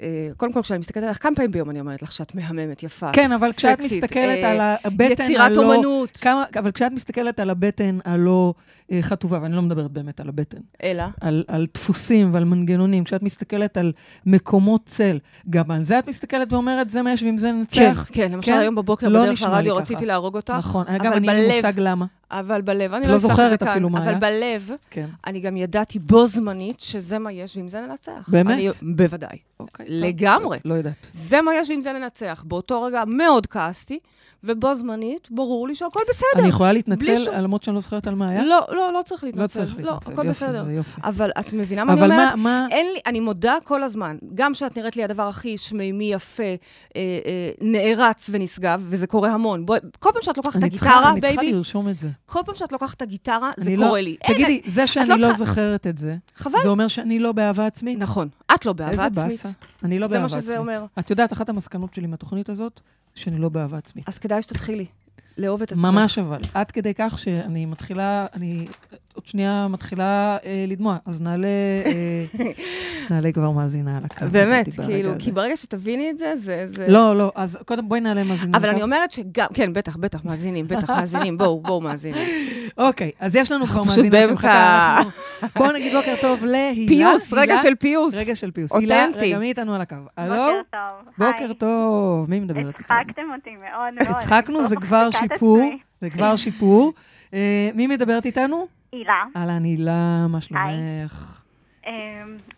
[SPEAKER 4] אה, קודם כל, כשאני מסתכלת עליך, כמה פעמים ביום אני אומרת לך שאת מהממת, יפה.
[SPEAKER 3] כן, אבל כשאת
[SPEAKER 4] סקסית,
[SPEAKER 3] מסתכלת
[SPEAKER 4] אה,
[SPEAKER 3] על הבטן הלא...
[SPEAKER 4] יצירת אומנות.
[SPEAKER 3] כמה, אבל כשאת מסתכלת על הבטן הלא אה, חטובה, ואני לא מדברת באמת על הבטן,
[SPEAKER 4] אלא?
[SPEAKER 3] על, על דפוסים ועל מנגנונים, כשאת מסתכלת על מקומות צל, גם על זה את מסתכלת ואומרת, זה מה יש ועם זה
[SPEAKER 4] כן,
[SPEAKER 3] ננצח?
[SPEAKER 4] כן, למשל
[SPEAKER 3] כן?
[SPEAKER 4] היום בבוקר
[SPEAKER 3] לא
[SPEAKER 4] בדרך
[SPEAKER 3] נשמע לי
[SPEAKER 4] לרדיו
[SPEAKER 3] ככה.
[SPEAKER 4] רציתי להרוג אותך.
[SPEAKER 3] נכון,
[SPEAKER 4] אבל
[SPEAKER 3] גם אני אין לי
[SPEAKER 4] בלב-
[SPEAKER 3] מושג למה.
[SPEAKER 4] אבל בלב, אני
[SPEAKER 3] לא
[SPEAKER 4] לא אפתח את זה
[SPEAKER 3] זוכרת
[SPEAKER 4] כאן,
[SPEAKER 3] אפילו מה
[SPEAKER 4] אבל
[SPEAKER 3] היה.
[SPEAKER 4] בלב,
[SPEAKER 3] כן.
[SPEAKER 4] אני גם ידעתי בו זמנית שזה מה יש ועם זה ננצח.
[SPEAKER 3] באמת?
[SPEAKER 4] אני, בוודאי.
[SPEAKER 3] אוקיי, טוב.
[SPEAKER 4] לגמרי.
[SPEAKER 3] לא יודעת.
[SPEAKER 4] זה מה יש ועם זה ננצח. באותו רגע מאוד כעסתי, ובו זמנית ברור לי שהכל בסדר.
[SPEAKER 3] אני יכולה להתנצל,
[SPEAKER 4] שום-
[SPEAKER 3] למרות שאני לא זוכרת על מה היה?
[SPEAKER 4] לא, לא, לא צריך להתנצל.
[SPEAKER 3] לא צריך להתנצל.
[SPEAKER 4] לא, הכל
[SPEAKER 3] יופי,
[SPEAKER 4] בסדר.
[SPEAKER 3] זה יופי.
[SPEAKER 4] אבל את מבינה מה אני
[SPEAKER 3] אבל
[SPEAKER 4] אומרת?
[SPEAKER 3] מה, מה...
[SPEAKER 4] אין לי, אני מודה כל הזמן, גם שאת נראית לי הדבר הכי שמימי, יפה, אה, אה, נערץ ונשגב, וזה קורה המון. בוא, כל פעם שאת לוקחת את
[SPEAKER 3] אני צריכה-
[SPEAKER 4] הגיטרה,
[SPEAKER 3] אני צריכה
[SPEAKER 4] בייבי,
[SPEAKER 3] לרשום את זה.
[SPEAKER 4] כל פעם שאת לוקחת את הגיטרה, זה
[SPEAKER 3] אני לא-
[SPEAKER 4] קורה לי. אין,
[SPEAKER 3] תגידי, זה שאני
[SPEAKER 4] לא
[SPEAKER 3] לא
[SPEAKER 4] צריכה-
[SPEAKER 3] זוכרת את זה,
[SPEAKER 4] חבל.
[SPEAKER 3] זה אומר שאני לא באהבה עצמית?
[SPEAKER 4] נכון, את לא באהבה עצמית.
[SPEAKER 3] איזה באסה. אני לא
[SPEAKER 4] זה
[SPEAKER 3] באהבה
[SPEAKER 4] מה
[SPEAKER 3] עצמית.
[SPEAKER 4] שזה אומר.
[SPEAKER 3] את יודעת, אחת המסקנות שלי מהתוכנית הזאת, שאני לא באהבה עצמית.
[SPEAKER 4] אז כדאי שתתחילי לאהוב את עצמך.
[SPEAKER 3] ממש אבל. עד כדי כך שאני מתחילה, אני עוד שנייה מתחילה אה, לדמוע, אז נעלה, אה, נעלה כבר מאזינה על הקו.
[SPEAKER 4] באמת,
[SPEAKER 3] לדעתי, ברגע
[SPEAKER 4] כאילו,
[SPEAKER 3] הזה.
[SPEAKER 4] כי ברגע שתביני את זה, זה... זה...
[SPEAKER 3] לא, לא, אז קודם בואי נעלה מאזינה.
[SPEAKER 4] אבל
[SPEAKER 3] על
[SPEAKER 4] אני
[SPEAKER 3] הקו.
[SPEAKER 4] אומרת שגם, כן, בטח, בטח, מאזינים, בטח, מאזינים, בואו, בואו, מאזינים.
[SPEAKER 3] אוקיי, אז יש לנו כבר
[SPEAKER 4] פשוט
[SPEAKER 3] מאזינה
[SPEAKER 4] באמצע-
[SPEAKER 3] שמחכה. אנחנו- בואו נגיד בוקר טוב להילה.
[SPEAKER 4] פיוס, רגע
[SPEAKER 3] הילה?
[SPEAKER 4] של פיוס.
[SPEAKER 3] רגע של פיוס. הילה,
[SPEAKER 4] אותנטי.
[SPEAKER 3] רגע, מי איתנו על הקו? הלו?
[SPEAKER 5] בוקר טוב.
[SPEAKER 3] בוקר
[SPEAKER 5] היי.
[SPEAKER 3] טוב. מי מדברת איתנו?
[SPEAKER 5] הצחקתם אותי מאוד מאוד.
[SPEAKER 3] הצחקנו,
[SPEAKER 5] אני
[SPEAKER 3] זה
[SPEAKER 5] פה
[SPEAKER 3] כבר
[SPEAKER 5] מחזיקה את
[SPEAKER 3] שיפור.
[SPEAKER 5] עצמי.
[SPEAKER 3] זה כבר שיפור. אה, מי מדברת איתנו?
[SPEAKER 5] הילה,
[SPEAKER 3] אהלן, הילה, מה
[SPEAKER 5] היי.
[SPEAKER 3] שלומך?
[SPEAKER 5] אמ,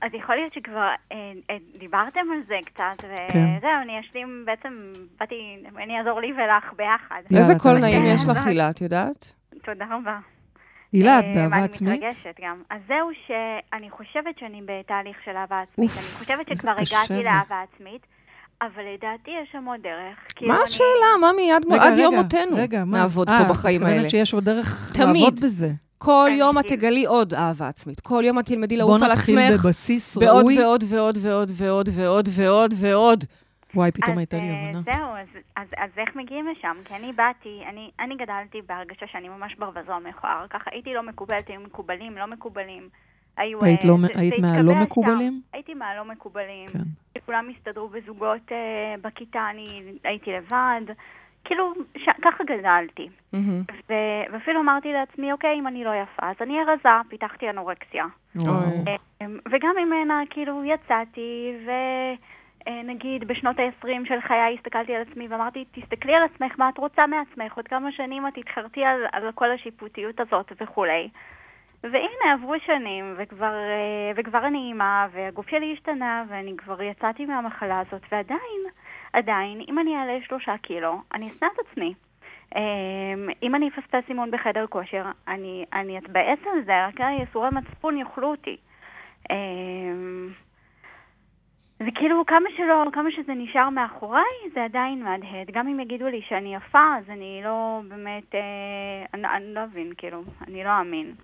[SPEAKER 5] אז יכול להיות שכבר אה, אה, דיברתם על זה קצת,
[SPEAKER 3] כן.
[SPEAKER 5] וזהו, אני אשלים, בעצם באתי, אני אעזור לי ולך ביחד.
[SPEAKER 3] יאללה,
[SPEAKER 4] איזה קול
[SPEAKER 3] תעשי.
[SPEAKER 4] נעים
[SPEAKER 5] כן,
[SPEAKER 4] יש לך,
[SPEAKER 5] אבל-
[SPEAKER 4] הילה, את יודעת?
[SPEAKER 5] תודה רבה.
[SPEAKER 3] הילה, את
[SPEAKER 5] אה,
[SPEAKER 3] באהבה
[SPEAKER 5] ואני
[SPEAKER 3] עצמית?
[SPEAKER 5] מתרגשת גם. אז זהו שאני חושבת שאני בתהליך של אהבה עצמית.
[SPEAKER 3] אוף,
[SPEAKER 5] אני חושבת
[SPEAKER 3] איזה
[SPEAKER 5] שכבר
[SPEAKER 3] קשה
[SPEAKER 5] הגעתי
[SPEAKER 3] זה.
[SPEAKER 5] לאהבה עצמית, אבל לדעתי יש שם עוד דרך. כאילו
[SPEAKER 4] מה
[SPEAKER 5] אני-
[SPEAKER 4] השאלה? מה מיד
[SPEAKER 3] רגע,
[SPEAKER 4] עד
[SPEAKER 3] רגע,
[SPEAKER 4] יום מותנו
[SPEAKER 3] רגע, מה?
[SPEAKER 4] נעבוד
[SPEAKER 3] אה,
[SPEAKER 4] פה בחיים
[SPEAKER 3] את
[SPEAKER 4] האלה?
[SPEAKER 3] מתכוונת שיש עוד דרך
[SPEAKER 4] תמיד.
[SPEAKER 3] לעבוד בזה.
[SPEAKER 4] כל
[SPEAKER 5] אני
[SPEAKER 4] יום את
[SPEAKER 5] כאילו-
[SPEAKER 4] תגלי עוד אהבה עצמית. כל יום את תלמדי
[SPEAKER 3] בוא
[SPEAKER 4] לעוף על
[SPEAKER 3] נתחיל
[SPEAKER 4] עצמך.
[SPEAKER 3] בבסיס
[SPEAKER 4] בעוד
[SPEAKER 3] ראוי.
[SPEAKER 4] ועוד ועוד ועוד ועוד ועוד ועוד ועוד.
[SPEAKER 3] וואי, פתאום הייתה לי
[SPEAKER 5] אה,
[SPEAKER 3] הבנה.
[SPEAKER 5] זהו, אז, אז, אז איך מגיעים לשם? כי אני באתי, אני, אני גדלתי בהרגשה שאני ממש ברווזון מכוער. ככה הייתי לא מקובלת, היו מקובלים, לא מקובלים. היו,
[SPEAKER 3] היית
[SPEAKER 5] אה,
[SPEAKER 3] לא-
[SPEAKER 5] זה- זה
[SPEAKER 3] היית מהלא
[SPEAKER 5] התקבע שם.
[SPEAKER 3] מקובלים?
[SPEAKER 5] הייתי מהלא מקובלים.
[SPEAKER 3] כן.
[SPEAKER 5] שכולם הסתדרו בזוגות אה, בכיתה, אני הייתי לבד. כאילו, ש... ככה גדלתי.
[SPEAKER 4] מהמם.
[SPEAKER 5] ו... ואפילו אמרתי לעצמי, אוקיי, אם אני לא יפה, אז אני ארזה, פיתחתי אנורקסיה.
[SPEAKER 3] וואו.
[SPEAKER 5] אמ, וגם ממנה, כאילו, יצאתי, ונגיד בשנות ה-20 של חיי הסתכלתי על עצמי ואמרתי, תסתכלי על עצמך, מה את רוצה מעצמך, עוד כמה שנים את תתחרטי על, על כל השיפוטיות הזאת וכולי. והנה, עברו שנים, וכבר, אה, וכבר אני אימא, והגוף שלי השתנה, ואני כבר יצאתי מהמחלה הזאת, ועדיין, עדיין, אם אני אעלה שלושה קילו, אני אשנא את עצמי. אמ, אם אני אפספס אימון בחדר כושר, אני אני אתבאס על זה, רק ייסורי מצפון יאכלו אותי. אמ, זה כאילו, כמה שלא, כמה שזה נשאר מאחוריי, זה עדיין מהדהד. גם אם יגידו לי שאני יפה, אז אני לא באמת, אה, אני, אני לא אבין, כאילו, אני לא אאמין.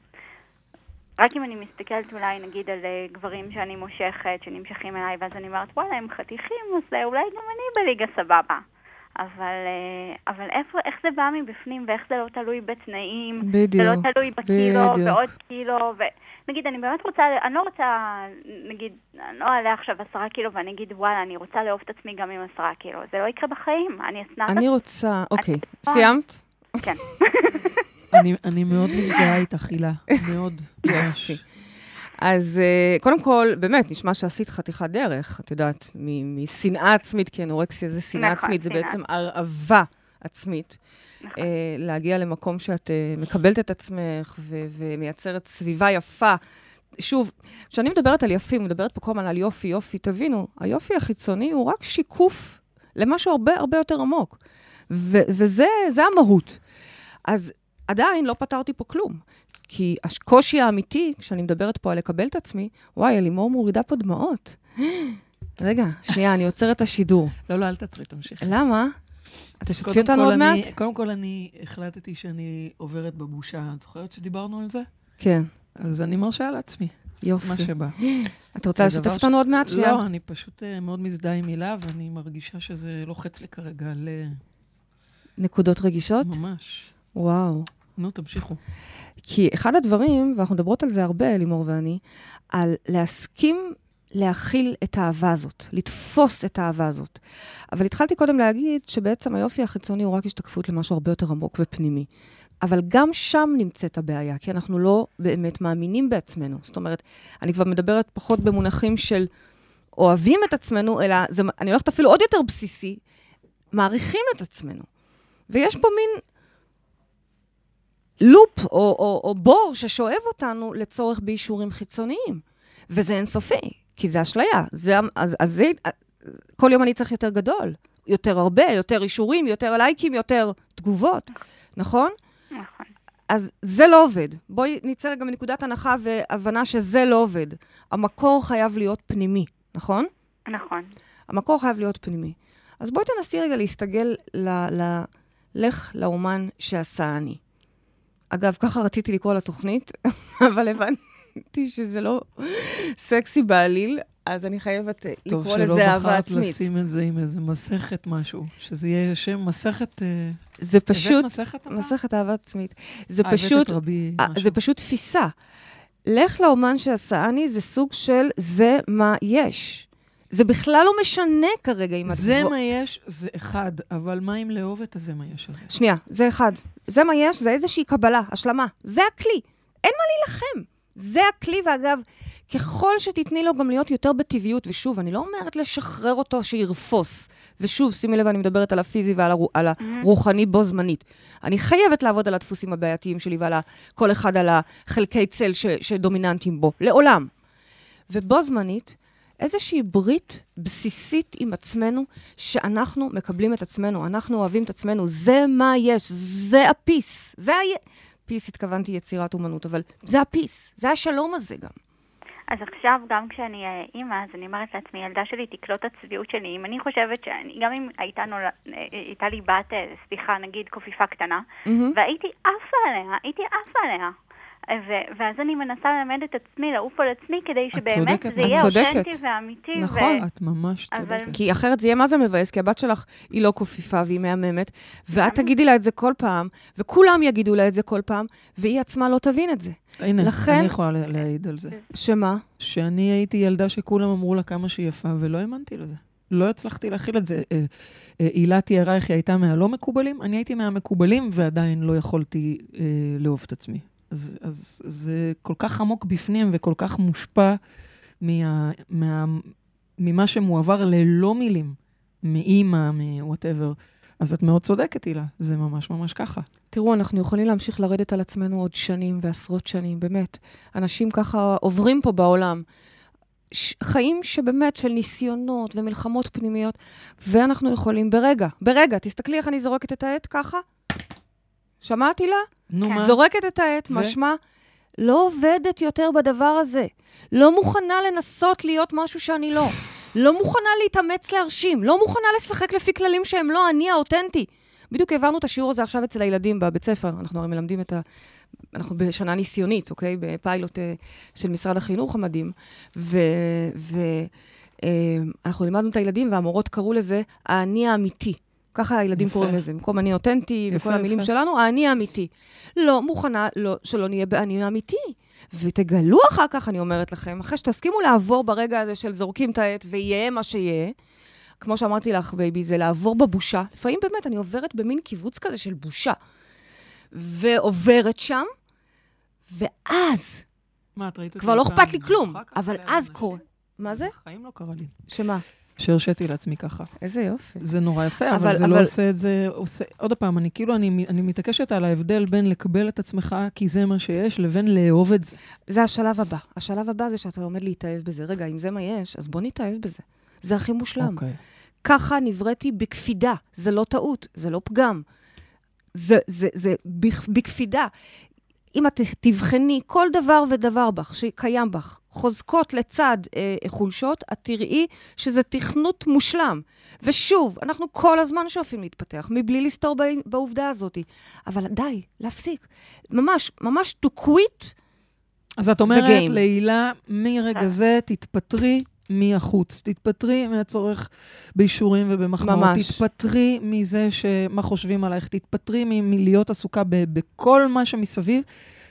[SPEAKER 5] רק אם אני מסתכלת אולי, נגיד, על אה, גברים שאני מושכת, שנמשכים אליי, ואז אני אומרת, וואלה, הם חתיכים, אז אה, אולי גם אני בליגה סבבה. אבל, אה, אבל איפה, איך זה בא מבפנים, ואיך זה לא תלוי בתנאים, זה לא
[SPEAKER 3] בדיוק.
[SPEAKER 5] תלוי בקילו,
[SPEAKER 3] בדיוק.
[SPEAKER 5] ועוד קילו, ו... נגיד, אני באמת רוצה, אני לא רוצה, נגיד, אני לא אעלה עכשיו עשרה קילו ואני אגיד, וואלה, אני רוצה לאהוב את עצמי גם עם עשרה קילו. זה לא יקרה בחיים, אני אשנא את
[SPEAKER 4] אני
[SPEAKER 5] עצמי.
[SPEAKER 4] רוצה... אוקיי,
[SPEAKER 5] אה.
[SPEAKER 4] סיימת?
[SPEAKER 5] כן.
[SPEAKER 4] אה.
[SPEAKER 3] אני- אני מאוד מזדהה איתך, הילה. מאוד. ממש.
[SPEAKER 4] יופי. אז אה, קודם כל, באמת, נשמע שעשית חתיכת דרך, את יודעת, מ- משנאה עצמית, כי אנורקסיה זה שנאה
[SPEAKER 5] נכון,
[SPEAKER 4] עצמית, זה
[SPEAKER 5] שנאה. נכון.
[SPEAKER 4] בעצם הרעבה עצמית. אה, להגיע למקום שאת אה, מקבלת את עצמך ו- ומייצרת סביבה יפה. שוב, כשאני מדברת על יפים, מדברת פה כל הזמן על יופי, יופי, תבינו, היופי החיצוני הוא רק שיקוף למשהו הרבה הרבה יותר עמוק. ו- וזה זה המהות. אז עדיין לא פתרתי פה כלום. כי הקושי האמיתי, כשאני מדברת פה על לקבל את עצמי, וואי, אלימור מורידה פה דמעות. רגע, שנייה, אני עוצרת את השידור.
[SPEAKER 3] לא, לא, אל תעצרי, תמשיכי.
[SPEAKER 4] למה? את תשתפי
[SPEAKER 3] קודם
[SPEAKER 4] אותנו
[SPEAKER 3] כל
[SPEAKER 4] עוד
[SPEAKER 3] אני-
[SPEAKER 4] מעט?
[SPEAKER 3] קודם כל, אני החלטתי שאני עוברת בבושה. את זוכרת שדיברנו על זה?
[SPEAKER 4] כן,
[SPEAKER 3] אז אני מרשה לעצמי,
[SPEAKER 4] יופי.
[SPEAKER 3] מה שבא.
[SPEAKER 4] את רוצה
[SPEAKER 3] זה
[SPEAKER 4] לשתף
[SPEAKER 3] דבר
[SPEAKER 4] אותנו עוד מעט? שנייה.
[SPEAKER 3] לא, אני פשוט אה, מאוד מזדהה עם הילה, ואני מרגישה שזה לוחץ לי כרגע על... אה,
[SPEAKER 4] נקודות רגישות?
[SPEAKER 3] ממש.
[SPEAKER 4] וואו.
[SPEAKER 3] נו, תמשיכו.
[SPEAKER 4] כי אחד הדברים, ואנחנו מדברות על זה הרבה, לימור ואני, על להסכים להכיל את האהבה הזאת, לתפוס את האהבה הזאת. אבל התחלתי קודם להגיד שבעצם היופי החיצוני הוא רק השתקפות למשהו הרבה יותר עמוק ופנימי. אבל גם שם נמצאת הבעיה, כי אנחנו לא באמת מאמינים בעצמנו. זאת אומרת, אני כבר מדברת פחות במונחים של אוהבים את עצמנו, אלא זה, אני הולכת אפילו עוד יותר בסיסי, מעריכים את עצמנו. ויש פה מין לופ או, או, או בור ששואב אותנו לצורך באישורים חיצוניים. וזה אינסופי, כי זה אשליה. זה, המ- אז, אז זה, כל יום אני צריך יותר גדול, יותר הרבה, יותר אישורים, יותר לייקים, יותר תגובות, נכון?
[SPEAKER 5] נכון.
[SPEAKER 4] אז זה לא עובד. בואי נצא גם מנקודת הנחה והבנה שזה לא עובד. המקור חייב להיות פנימי, נכון?
[SPEAKER 5] נכון.
[SPEAKER 4] המקור חייב להיות פנימי. אז בואי תנסי רגע להסתגל ל... ל... לך לאומן שעשה אני. אגב, ככה רציתי לקרוא לתוכנית, אבל הבנתי שזה לא סקסי בעליל, אז אני חייבת אה,
[SPEAKER 3] טוב
[SPEAKER 4] לקרוא
[SPEAKER 3] שלא
[SPEAKER 4] לזה אהבה
[SPEAKER 3] בחרת
[SPEAKER 4] עצמית.
[SPEAKER 3] לשים את זה עם איזה מסכת משהו, שזה יהיה שם מסכת... אה,
[SPEAKER 4] זה פשוט,
[SPEAKER 3] הבאת מסכת אתה?
[SPEAKER 4] מסכת אהבה עצמית. זה
[SPEAKER 3] אה,
[SPEAKER 4] פשוט,
[SPEAKER 3] הבאת את רבי
[SPEAKER 4] אה,
[SPEAKER 3] משהו.
[SPEAKER 4] זה פשוט תפיסה. לך לאומן שעשאני זה סוג של זה מה יש. זה בכלל לא משנה כרגע אם את...
[SPEAKER 3] זה
[SPEAKER 4] גבוה-
[SPEAKER 3] מה יש, זה אחד, אבל מה אם לאהוב את הזה מה יש הזה?
[SPEAKER 4] שנייה, זה אחד. זה מה יש, זה איזושהי קבלה, השלמה. זה הכלי. אין מה להילחם. זה הכלי, ואגב, ככל שתתני לו גם להיות יותר בטבעיות, ושוב, אני לא אומרת לשחרר אותו שירפוס. ושוב, שימי לב, אני מדברת על הפיזי ועל הרו, על הרוחני בו זמנית. אני חייבת לעבוד על הדפוסים הבעייתיים שלי ועל ה- כל אחד על החלקי צל ש, שדומיננטיים בו, לעולם. ובו זמנית, איזושהי ברית בסיסית עם עצמנו, שאנחנו מקבלים את עצמנו, אנחנו אוהבים את עצמנו, זה מה יש, זה הפיס, זה ה... פיס, התכוונתי יצירת אומנות, אבל זה הפיס, זה השלום הזה גם.
[SPEAKER 5] אז עכשיו, גם כשאני אה, אימא, אז אני אומרת לעצמי, ילדה שלי תקלוט את הצביעות שלי. אם אני חושבת שאני, גם אם הייתה, נול... אה, הייתה לי בת, אה, סליחה, נגיד קופיפה קטנה,
[SPEAKER 4] מהמם.
[SPEAKER 5] והייתי עפה עליה, הייתי עפה עליה. אה, ו- ואז אני מנסה ללמד את עצמי, לעוף על עצמי, כדי שבאמת
[SPEAKER 3] צודקת,
[SPEAKER 5] זה
[SPEAKER 3] את
[SPEAKER 5] יהיה
[SPEAKER 4] צודקת.
[SPEAKER 5] אותנטי ואמיתי. ו-
[SPEAKER 4] נכון,
[SPEAKER 3] את ממש
[SPEAKER 5] אבל-
[SPEAKER 3] צודקת.
[SPEAKER 4] כי אחרת זה יהיה מה זה מבאס, כי הבת שלך היא לא קופיפה והיא מהממת, ואת תגידי לה את זה כל פעם, וכולם יגידו לה את זה כל פעם, והיא עצמה לא תבין את זה.
[SPEAKER 3] הנה,
[SPEAKER 4] לכן-
[SPEAKER 3] אני יכולה לה- להעיד על זה.
[SPEAKER 4] שמה?
[SPEAKER 3] שאני הייתי ילדה שכולם אמרו לה כמה שהיא יפה, ולא האמנתי לזה. לא הצלחתי להכיל את זה. אה, אה, הילה תיארה איך היא הייתה מהלא מקובלים, אני הייתי מהמקובלים ועדיין לא יכולתי אה, לאהוב את עצמי. אז, אז זה כל כך עמוק בפנים וכל כך מושפע מה, מה, ממה שמועבר ללא מילים, מאימא, מוואטאבר. אז את מאוד צודקת, הילה, זה ממש ממש ככה.
[SPEAKER 4] תראו, אנחנו יכולים להמשיך לרדת על עצמנו עוד שנים ועשרות שנים, באמת. אנשים ככה עוברים פה בעולם. ש- חיים שבאמת של ניסיונות ומלחמות פנימיות, ואנחנו יכולים ברגע, ברגע, תסתכלי איך אני זורקת את העט ככה. שמעתי לה?
[SPEAKER 3] נו, מה?
[SPEAKER 4] זורקת את העט,
[SPEAKER 3] ו-
[SPEAKER 4] משמע, לא עובדת יותר בדבר הזה. לא מוכנה לנסות להיות משהו שאני לא. לא מוכנה להתאמץ להרשים. לא מוכנה לשחק לפי כללים שהם לא אני האותנטי. בדיוק העברנו את השיעור הזה עכשיו אצל הילדים בבית ספר. אנחנו הרי מלמדים את ה... אנחנו בשנה ניסיונית, אוקיי? בפיילוט אה, של משרד החינוך המדהים. ו... ו... אה, אנחנו לימדנו את הילדים, והמורות קראו לזה האני האמיתי. ככה הילדים
[SPEAKER 3] יפה.
[SPEAKER 4] קוראים לזה. במקום אני אותנטי
[SPEAKER 3] יפה,
[SPEAKER 4] וכל המילים
[SPEAKER 3] יפה.
[SPEAKER 4] שלנו, האני האמיתי. לא מוכנה לא, שלא נהיה באני האמיתי. ותגלו אחר כך, אני אומרת לכם, אחרי שתסכימו לעבור ברגע הזה של זורקים את העט ויהיה מה שיהיה, כמו שאמרתי לך, בייבי, זה לעבור בבושה. לפעמים באמת אני עוברת במין קיבוץ כזה של בושה. ועוברת שם, ואז
[SPEAKER 3] מה, את ראית אותי
[SPEAKER 4] כבר לא
[SPEAKER 3] פעם
[SPEAKER 4] אכפת לי כלום,
[SPEAKER 3] אחר כך
[SPEAKER 4] אבל
[SPEAKER 3] עליה
[SPEAKER 4] אז
[SPEAKER 3] אנשים?
[SPEAKER 4] קורה. מה זה?
[SPEAKER 3] בחיים לא קרה לי.
[SPEAKER 4] שמה?
[SPEAKER 3] שהרשיתי לעצמי ככה.
[SPEAKER 4] איזה יופי.
[SPEAKER 3] זה נורא יפה, אבל,
[SPEAKER 4] אבל-
[SPEAKER 3] אבל זה
[SPEAKER 4] אבל-
[SPEAKER 3] לא עושה את זה... עושה... עוד פעם, אני כאילו, אני, אני מתעקשת על ההבדל בין לקבל את עצמך כי זה מה שיש, לבין לאהוב את זה.
[SPEAKER 4] זה השלב הבא. השלב הבא זה שאתה לומד להתאהב בזה. רגע, אם זה מה יש, אז בוא נתאהב בזה. זה הכי מושלם.
[SPEAKER 3] אוקיי.
[SPEAKER 4] ככה נבראתי בקפידה. זה לא טעות, זה לא פגם. זה, זה, זה בכ- בקפידה. אם את תבחני כל דבר ודבר בך, שקיים בך, חוזקות לצד אה, חולשות, את תראי שזה תכנות מושלם. ושוב, אנחנו כל הזמן שואפים להתפתח, מבלי לסתור ב, בעובדה הזאת. אבל די, להפסיק. ממש, ממש to quit.
[SPEAKER 3] אז את אומרת
[SPEAKER 4] וגיים.
[SPEAKER 3] להילה, מרגע זה תתפטרי מהחוץ, תתפטרי מהצורך באישורים ובמחמאות,
[SPEAKER 4] ממש.
[SPEAKER 3] תתפטרי מזה ש... מה חושבים עלייך, תתפטרי מ- מלהיות עסוקה ב- בכל מה שמסביב,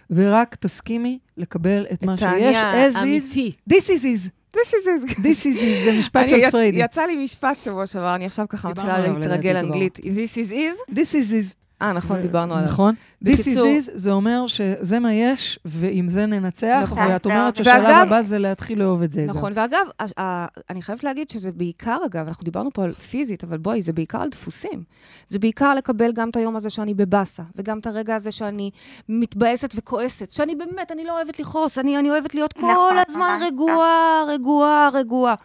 [SPEAKER 3] ורק תסכימי לקבל את, מה
[SPEAKER 4] את
[SPEAKER 3] שיש.
[SPEAKER 4] האני
[SPEAKER 3] as is,
[SPEAKER 4] האמיתי.
[SPEAKER 3] this is is,
[SPEAKER 4] This is it.
[SPEAKER 3] this is is, זה משפט של פריידי.
[SPEAKER 4] יצא לי משפט שבוע שעבר, אני עכשיו ככה
[SPEAKER 3] דיברנו
[SPEAKER 4] מתחילה
[SPEAKER 3] עליו, לדעתי,
[SPEAKER 4] להתרגל
[SPEAKER 3] כבר.
[SPEAKER 4] אנגלית. This is is.
[SPEAKER 3] This is is.
[SPEAKER 4] אה, נכון,
[SPEAKER 3] ו-
[SPEAKER 4] דיברנו עליו.
[SPEAKER 3] נכון. This
[SPEAKER 4] בקיצור-
[SPEAKER 3] is is, זה אומר שזה מה יש, ועם זה ננצח,
[SPEAKER 4] נכון.
[SPEAKER 3] ואת אומרת
[SPEAKER 5] ואגב-
[SPEAKER 3] שהשלב הבא זה להתחיל לאהוב את זה. גם.
[SPEAKER 4] נכון, ואגב, ה- ה- אני חייבת להגיד שזה בעיקר, אגב, אנחנו דיברנו פה על פיזית, אבל בואי, זה בעיקר על דפוסים. זה בעיקר לקבל גם את היום הזה שאני בבאסה, וגם את הרגע הזה שאני מתבאסת וכועסת, שאני באמת, אני לא אוהבת לכעוס, אני, אני אוהבת להיות כל
[SPEAKER 5] נכון,
[SPEAKER 4] הזמן
[SPEAKER 5] ממש
[SPEAKER 4] רגועה, רגועה, רגועה.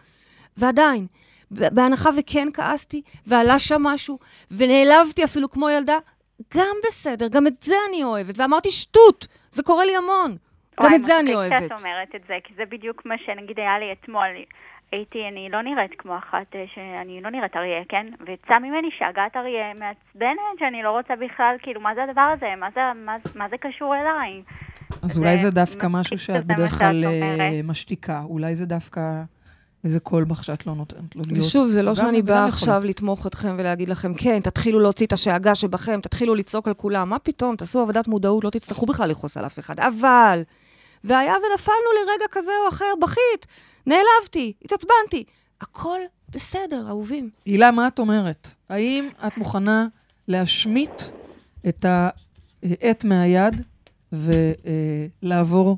[SPEAKER 4] ועדיין, ב- בהנחה וכן כעסתי, ועלה שם משהו, ונעלבתי אפילו כמו ילדה, גם בסדר, גם את זה אני אוהבת. ואמרתי, שטות, זה קורה לי המון. גם
[SPEAKER 5] וואי,
[SPEAKER 4] את זה אני
[SPEAKER 5] מצחיק
[SPEAKER 4] אוהבת.
[SPEAKER 5] שאת אומרת את זה, כי זה בדיוק מה שנגיד היה לי אתמול. הייתי, אני לא נראית כמו אחת, אה, שאני לא נראית אריה, כן? ויצא ממני שהגעת אריה מעצבנת, שאני לא רוצה בכלל, כאילו, מה זה הדבר הזה? מה זה, מה, מה זה קשור אליי?
[SPEAKER 3] אז אולי
[SPEAKER 5] זה
[SPEAKER 3] זה דווקא
[SPEAKER 5] מצחיק
[SPEAKER 3] משהו
[SPEAKER 5] שזה
[SPEAKER 3] שאת
[SPEAKER 5] מה
[SPEAKER 3] בדרך
[SPEAKER 5] שאת
[SPEAKER 3] כלל אה,
[SPEAKER 5] אומרת.
[SPEAKER 3] משתיקה. אולי זה דווקא איזה קול בך שאת לא נותנת לו להיות.
[SPEAKER 4] ושוב, זה לא
[SPEAKER 3] גם-
[SPEAKER 4] שאני
[SPEAKER 3] זה גם
[SPEAKER 4] באה
[SPEAKER 3] יכול.
[SPEAKER 4] עכשיו לתמוך אתכם ולהגיד לכם, כן, תתחילו להוציא את השאגה שבכם, תתחילו לצעוק על כולם, מה פתאום, תעשו עבודת מודעות, לא תצטרכו בכלל לכעוס על אף אחד. אבל, והיה ונפלנו לרגע כזה או אחר, בכית, נעלבתי, התעצבנתי, הכל בסדר, אהובים.
[SPEAKER 3] הילה, מה את אומרת? האם את מוכנה להשמיט את העט מהיד ולעבור,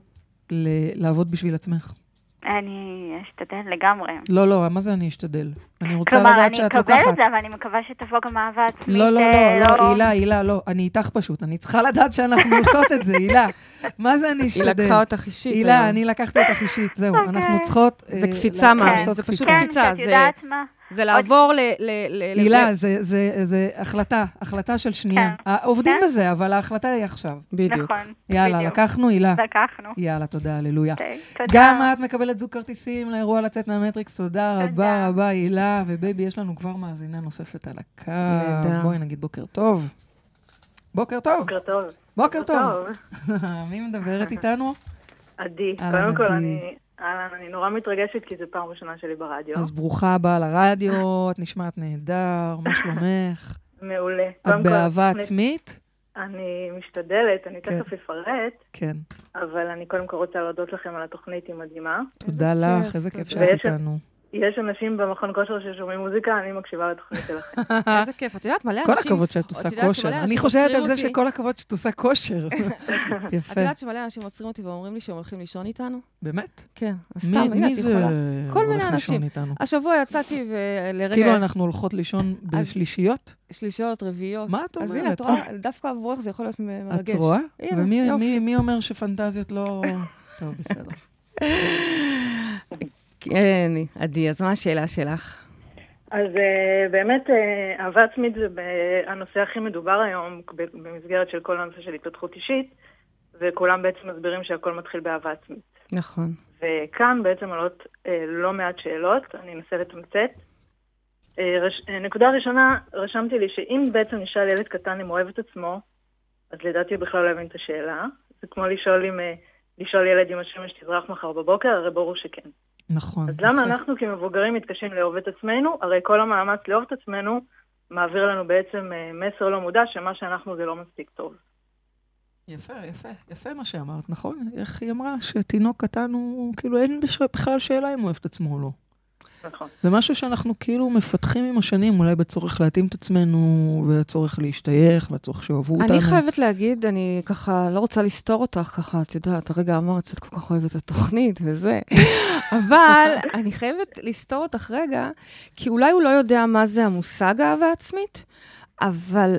[SPEAKER 3] לעבוד בשביל עצמך?
[SPEAKER 5] אני אשתדל לגמרי.
[SPEAKER 3] לא, לא, מה זה אני אשתדל? אני רוצה
[SPEAKER 5] כלומר,
[SPEAKER 3] לדעת
[SPEAKER 5] אני
[SPEAKER 3] שאת
[SPEAKER 5] אקבל את
[SPEAKER 3] לוקחת.
[SPEAKER 5] זה, אבל אני מקווה שתבוא גם אהבה עצמית.
[SPEAKER 3] לא, לא,
[SPEAKER 5] אה,
[SPEAKER 3] לא, לא, הילה, הילה, לא. אני איתך פשוט. אני צריכה לדעת שאנחנו עושות את זה, הילה. מה זה אני
[SPEAKER 4] היא
[SPEAKER 3] אשתדל?
[SPEAKER 4] לקחה אותך אישית.
[SPEAKER 3] הילה,
[SPEAKER 4] היום.
[SPEAKER 3] אני לקחתי אותך אישית, זהו.
[SPEAKER 5] אוקיי.
[SPEAKER 3] אנחנו צריכות...
[SPEAKER 4] זה
[SPEAKER 3] אה,
[SPEAKER 4] קפיצה,
[SPEAKER 3] ל-
[SPEAKER 5] מה,
[SPEAKER 3] לעשות
[SPEAKER 4] זה פשוט
[SPEAKER 5] כן,
[SPEAKER 3] קפיצה.
[SPEAKER 5] כי
[SPEAKER 4] קפיצה,
[SPEAKER 5] את
[SPEAKER 4] זה-
[SPEAKER 5] יודעת מה.
[SPEAKER 4] זה לעבור ל... ל- ל- ל-
[SPEAKER 3] הילה,
[SPEAKER 4] ל-
[SPEAKER 3] זה, זה, זה, זה החלטה, החלטה של שנייה.
[SPEAKER 5] כן.
[SPEAKER 3] עובדים
[SPEAKER 5] כן.
[SPEAKER 3] בזה, אבל ההחלטה היא עכשיו.
[SPEAKER 4] בדיוק.
[SPEAKER 5] נכון.
[SPEAKER 3] יאללה,
[SPEAKER 5] בדיוק.
[SPEAKER 3] לקחנו, הילה.
[SPEAKER 5] לקחנו.
[SPEAKER 3] יאללה, תודה, הללויה.
[SPEAKER 5] אוקיי, תודה.
[SPEAKER 3] גם את מקבלת זוג כרטיסים לאירוע לצאת מהמטריקס, תודה רבה
[SPEAKER 5] תודה.
[SPEAKER 3] רבה, הילה. ובייבי, יש לנו כבר מאזינה נוספת על הקו.
[SPEAKER 4] נהדר.
[SPEAKER 3] בואי נגיד בוקר טוב. בוקר טוב.
[SPEAKER 6] בוקר טוב.
[SPEAKER 3] בוקר טוב. מי מדברת איתנו?
[SPEAKER 6] עדי.
[SPEAKER 3] אהלן,
[SPEAKER 6] קודם כל,
[SPEAKER 3] עדי.
[SPEAKER 6] אני... אהלן, אני נורא מתרגשת כי זו פעם ראשונה שלי ברדיו.
[SPEAKER 3] אז ברוכה הבאה לרדיו, את נשמעת נהדר, מה שלומך?
[SPEAKER 6] מעולה.
[SPEAKER 3] את
[SPEAKER 6] קודם כל,
[SPEAKER 3] באהבה
[SPEAKER 6] התוכנית-
[SPEAKER 3] עצמית?
[SPEAKER 6] אני משתדלת, אני
[SPEAKER 3] כן.
[SPEAKER 6] תכף אפרט,
[SPEAKER 3] כן.
[SPEAKER 6] אבל אני קודם כל רוצה להודות לכם על התוכנית, היא מדהימה.
[SPEAKER 3] תודה
[SPEAKER 4] כיף,
[SPEAKER 3] לך, איזה כיף
[SPEAKER 6] תודה.
[SPEAKER 3] שאת
[SPEAKER 6] ויש-
[SPEAKER 3] איתנו.
[SPEAKER 6] יש אנשים במכון כושר ששומעים מוזיקה, אני מקשיבה לתוכנית שלכם.
[SPEAKER 4] איזה כיף, את יודעת, מלא
[SPEAKER 3] כל
[SPEAKER 4] אה, אנשים...
[SPEAKER 3] הכבוד שאת עושה
[SPEAKER 4] יודעת
[SPEAKER 3] כושר.
[SPEAKER 4] שמלא
[SPEAKER 3] אני
[SPEAKER 4] אנשים
[SPEAKER 3] חושבת
[SPEAKER 4] עוצרים
[SPEAKER 3] על זה
[SPEAKER 4] אותי.
[SPEAKER 3] שכל הכבוד שאת עושה כושר.
[SPEAKER 4] את
[SPEAKER 3] יפה.
[SPEAKER 4] יודעת שמלא אנשים עוצרים אותי ואומרים לי שהם הולכים לישון איתנו?
[SPEAKER 3] באמת?
[SPEAKER 4] כן, אז
[SPEAKER 3] מי-
[SPEAKER 4] סתם, הנה,
[SPEAKER 3] מי
[SPEAKER 4] את
[SPEAKER 3] זה
[SPEAKER 4] יכולה. כל מיני
[SPEAKER 3] הולך לישון
[SPEAKER 4] אנשים.
[SPEAKER 3] איתנו?
[SPEAKER 4] השבוע יצאתי ולרגע...
[SPEAKER 3] כאילו אנחנו הולכות לישון בשלישיות?
[SPEAKER 4] שלישיות, רביעיות.
[SPEAKER 3] מה את
[SPEAKER 4] אוקיי. אז הנה,
[SPEAKER 3] אומרת?
[SPEAKER 4] את רואה, דווקא עבורך זה יכול להיות מ-
[SPEAKER 3] את
[SPEAKER 4] מרגש.
[SPEAKER 3] רואה?
[SPEAKER 4] הנה,
[SPEAKER 3] ומי
[SPEAKER 4] יופי.
[SPEAKER 3] מי- מי אומר שפנטזיות לא... טוב, בסדר.
[SPEAKER 4] כן, עדי, אז מה השאלה שלך?
[SPEAKER 6] אז אה, באמת, אה, אהבה עצמית זה ב- הנושא הכי מדובר היום ב- במסגרת של כל הנושא של התפתחות אישית, וכולם בעצם מסבירים שהכל מתחיל באהבה עצמית.
[SPEAKER 4] נכון.
[SPEAKER 6] וכאן בעצם עולות אה, לא מעט שאלות, אני אנסה לתמצת. אה, רש... אה, נקודה ראשונה, רשמתי לי שאם בעצם נשאל ילד קטן אם הוא אוהב את עצמו, אז לדעתי הוא בכלל לא יבין את השאלה. זה כמו לשאול, אם, אה, לשאול ילד אם השמש תזרח מחר בבוקר, הרי ברור שכן.
[SPEAKER 3] נכון.
[SPEAKER 6] אז למה
[SPEAKER 3] יפה.
[SPEAKER 6] אנחנו כמבוגרים מתקשים לאהוב את עצמנו? הרי כל המאמץ לאהוב את עצמנו מעביר לנו בעצם אה, מסר לא מודע שמה שאנחנו זה לא מספיק טוב.
[SPEAKER 3] יפה, יפה, יפה מה שאמרת, נכון? איך היא אמרה? שתינוק קטן הוא, כאילו אין בש- בכלל שאלה אם הוא אוהב את עצמו או לא.
[SPEAKER 6] נכון.
[SPEAKER 3] זה משהו שאנחנו כאילו מפתחים עם השנים, אולי בצורך להתאים את עצמנו, והצורך להשתייך, והצורך שאוהבו אותנו.
[SPEAKER 4] אני חייבת להגיד, אני ככה לא רוצה לסתור אותך ככה, את יודעת, הרגע אמרת שאת כל כך אוהבת את התוכנית וזה, אבל אני חייבת לסתור אותך רגע, כי אולי הוא לא יודע מה זה המושג אהבה עצמית, אבל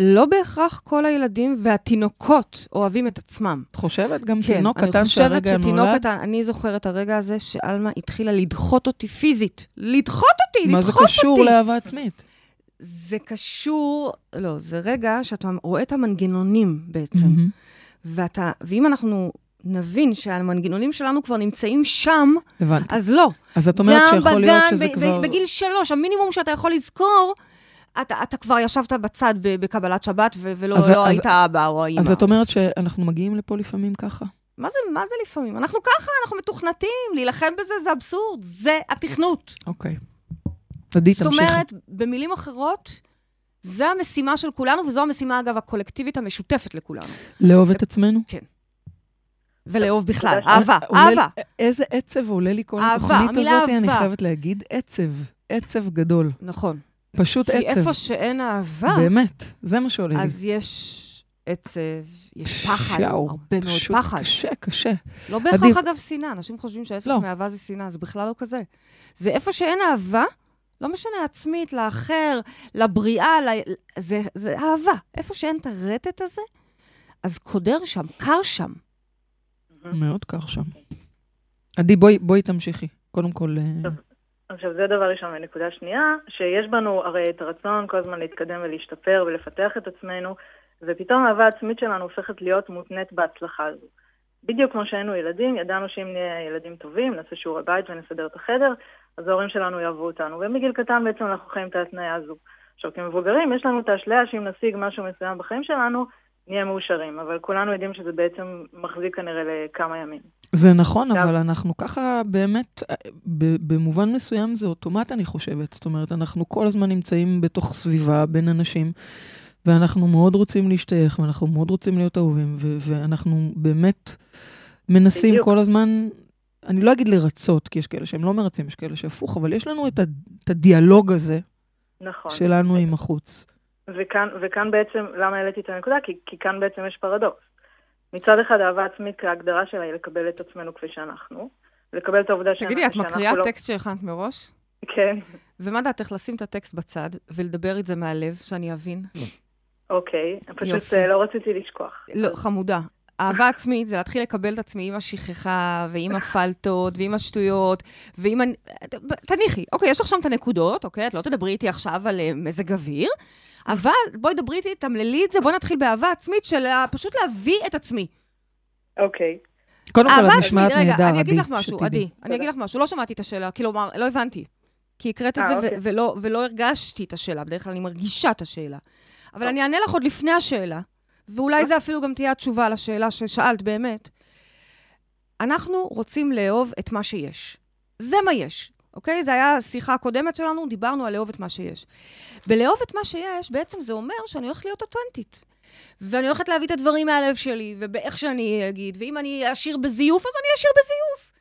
[SPEAKER 4] לא בהכרח כל הילדים והתינוקות אוהבים את עצמם.
[SPEAKER 3] את חושבת? גם
[SPEAKER 4] כן,
[SPEAKER 3] תינוק
[SPEAKER 4] אני
[SPEAKER 3] קטן
[SPEAKER 4] חושבת
[SPEAKER 3] שהרגע
[SPEAKER 4] שתינוק
[SPEAKER 3] נולד?
[SPEAKER 4] קטן, אני זוכרת את הרגע הזה שאלמה התחילה לדחות אותי פיזית. לדחות אותי,
[SPEAKER 3] מה זה
[SPEAKER 4] לדחות אותי.
[SPEAKER 3] קשור לאהבה עצמית?
[SPEAKER 4] זה קשור, לא, זה רגע שאתה רואה את המנגנונים בעצם.
[SPEAKER 3] מהמם.
[SPEAKER 4] ואתה, ואם אנחנו נבין שהמנגנונים שלנו כבר נמצאים שם,
[SPEAKER 3] הבנתי.
[SPEAKER 4] אז לא.
[SPEAKER 3] אז את אומרת
[SPEAKER 4] גם
[SPEAKER 3] שיכול להיות
[SPEAKER 4] בגן,
[SPEAKER 3] שזה
[SPEAKER 4] ב- ב-
[SPEAKER 3] כבר...
[SPEAKER 4] בגיל שלוש, המינימום שאתה יכול לזכור, אתה, אתה כבר ישבת בצד ב- בקבלת שבת, ו- ולא
[SPEAKER 3] אז-
[SPEAKER 4] לא
[SPEAKER 3] אז-
[SPEAKER 4] היית האבא או האימא.
[SPEAKER 3] אז את אומרת שאנחנו מגיעים לפה לפעמים ככה.
[SPEAKER 4] מה זה, מה זה לפעמים? אנחנו ככה, אנחנו מתוכנתים, להילחם בזה זה אבסורד, זה התכנות.
[SPEAKER 3] אוקיי. עדי,
[SPEAKER 4] זאת
[SPEAKER 3] תמשיכי.
[SPEAKER 4] אומרת, במילים אחרות, זו המשימה של כולנו, וזו המשימה, אגב, הקולקטיבית המשותפת לכולנו.
[SPEAKER 3] לאהוב את עצמנו?
[SPEAKER 4] ולאהוב בכלל,
[SPEAKER 6] תודה.
[SPEAKER 4] אהבה,
[SPEAKER 3] עולה-
[SPEAKER 4] אהבה.
[SPEAKER 3] איזה עצב עולה לי כל
[SPEAKER 4] אהבה,
[SPEAKER 3] התוכנית
[SPEAKER 4] המילה
[SPEAKER 3] הזאת, אני
[SPEAKER 4] אהבה.
[SPEAKER 3] חייבת להגיד, עצב. עצב גדול.
[SPEAKER 4] נכון.
[SPEAKER 3] פשוט
[SPEAKER 4] כי
[SPEAKER 3] עצב.
[SPEAKER 4] איפה שאין אהבה,
[SPEAKER 3] באמת, זה מה שעולה לי.
[SPEAKER 4] אז יש עצב, יש פחד,
[SPEAKER 3] שאו,
[SPEAKER 4] הרבה מאוד
[SPEAKER 3] פשוט
[SPEAKER 4] פחד.
[SPEAKER 3] קשה, קשה.
[SPEAKER 4] לא
[SPEAKER 3] עדיף.
[SPEAKER 4] בהכרח, אגב, שנאה. אנשים חושבים שההפך
[SPEAKER 3] לא.
[SPEAKER 4] מאהבה זה שנאה, זה בכלל לא כזה. זה איפה שאין אהבה, לא משנה, עצמית, לאחר, לבריאה, ל... זה, זה אהבה. איפה שאין את הרטט הזה, אז קודר שם, קר שם.
[SPEAKER 3] מאוד קר שם. עדי, בואי, בואי תמשיכי. קודם כל, אה,
[SPEAKER 6] טוב. עכשיו, זה דבר ראשון. ונקודה שנייה, שיש בנו הרי את הרצון כל הזמן להתקדם ולהשתפר ולפתח את עצמנו, ופתאום האהבה העצמית שלנו הופכת להיות מותנית בהצלחה הזו. בדיוק כמו שהיינו ילדים, ידענו שאם נהיה ילדים טובים, נעשה שיעורי בית ונסדר את החדר, אז ההורים שלנו יאהבו אותנו. ומגיל קטן בעצם אנחנו חיים את ההתניה הזו. עכשיו, כמבוגרים, יש לנו את האשליה שאם נשיג משהו מסוים בחיים שלנו, נהיה מאושרים, אבל כולנו יודעים שזה בעצם מחזיק כנראה לכמה ימים.
[SPEAKER 3] זה נכון,
[SPEAKER 6] עכשיו-
[SPEAKER 3] אבל אנחנו ככה באמת, אה, ב- במובן מסוים זה אוטומט, אני חושבת. זאת אומרת, אנחנו כל הזמן נמצאים בתוך סביבה בין אנשים, ואנחנו מאוד רוצים להשתייך, ואנחנו מאוד רוצים להיות אהובים, ו- ואנחנו באמת מנסים
[SPEAKER 6] בדיוק.
[SPEAKER 3] כל הזמן, אני לא אגיד לרצות, כי יש כאלה שהם לא מרצים, יש כאלה שהפוך, אבל יש לנו את, ה- את הדיאלוג הזה
[SPEAKER 6] נכון.
[SPEAKER 3] שלנו עם החוץ.
[SPEAKER 6] וכאן, וכאן בעצם, למה העליתי את הנקודה? כי, כי כאן בעצם יש פרדוקס. מצד אחד, אהבה עצמית, ההגדרה שלה היא לקבל את עצמנו כפי שאנחנו, לקבל את העובדה שאנחנו,
[SPEAKER 4] תגידי, את
[SPEAKER 6] שאנחנו
[SPEAKER 4] מקריאה
[SPEAKER 6] לא...
[SPEAKER 4] טקסט שהכנת מראש?
[SPEAKER 6] כן,
[SPEAKER 4] ומה דעתך לשים את הטקסט בצד ולדבר את זה מהלב, שאני אבין?
[SPEAKER 6] אוקיי. פשוט
[SPEAKER 4] יופי.
[SPEAKER 6] אה, לא רציתי לשכוח.
[SPEAKER 4] לא, חמודה. אהבה עצמית זה להתחיל לקבל את עצמי עם השכחה, ועם הפלטות, ועם השטויות, ועם... הנ- תניחי, אוקיי, יש לך שם את הנקודות, אוקיי? את לא תדברי איתי עכשיו על אה, מזג אוויר, אבל בואי דברי איתי, תמללי את זה, בואי נתחיל באהבה עצמית של ה- פשוט להביא את עצמי.
[SPEAKER 6] אוקיי.
[SPEAKER 3] קודם כל,
[SPEAKER 4] אהבה
[SPEAKER 3] את
[SPEAKER 4] עצמית,
[SPEAKER 3] נשמעת נהדר,
[SPEAKER 4] רגע,
[SPEAKER 3] עדי.
[SPEAKER 4] אני אגיד לך משהו,
[SPEAKER 3] שתדעי.
[SPEAKER 4] עדי, אני
[SPEAKER 6] תודה.
[SPEAKER 4] אגיד לך משהו, לא שמעתי את השאלה, כלומר, לא הבנתי. כי הקראת את
[SPEAKER 6] אה,
[SPEAKER 4] זה ו-
[SPEAKER 6] אוקיי.
[SPEAKER 4] ולא- ולא הרגשתי את השאלה, בדרך כלל אני מרגישה את השאלה. אבל אני אענה לך עוד לפני השאלה, ואולי זה אפילו גם תהיה התשובה לשאלה ששאלת באמת. אנחנו רוצים לאהוב את מה שיש. זה מה יש, אוקיי? זו הייתה השיחה הקודמת שלנו, דיברנו על לאהוב את מה שיש. בלאהוב את מה שיש, בעצם זה אומר שאני הולכת להיות אותנטית. ואני הולכת להביא את הדברים מהלב שלי, ובאיך שאני אגיד, ואם אני אשיר בזיוף, אז אני אשיר בזיוף.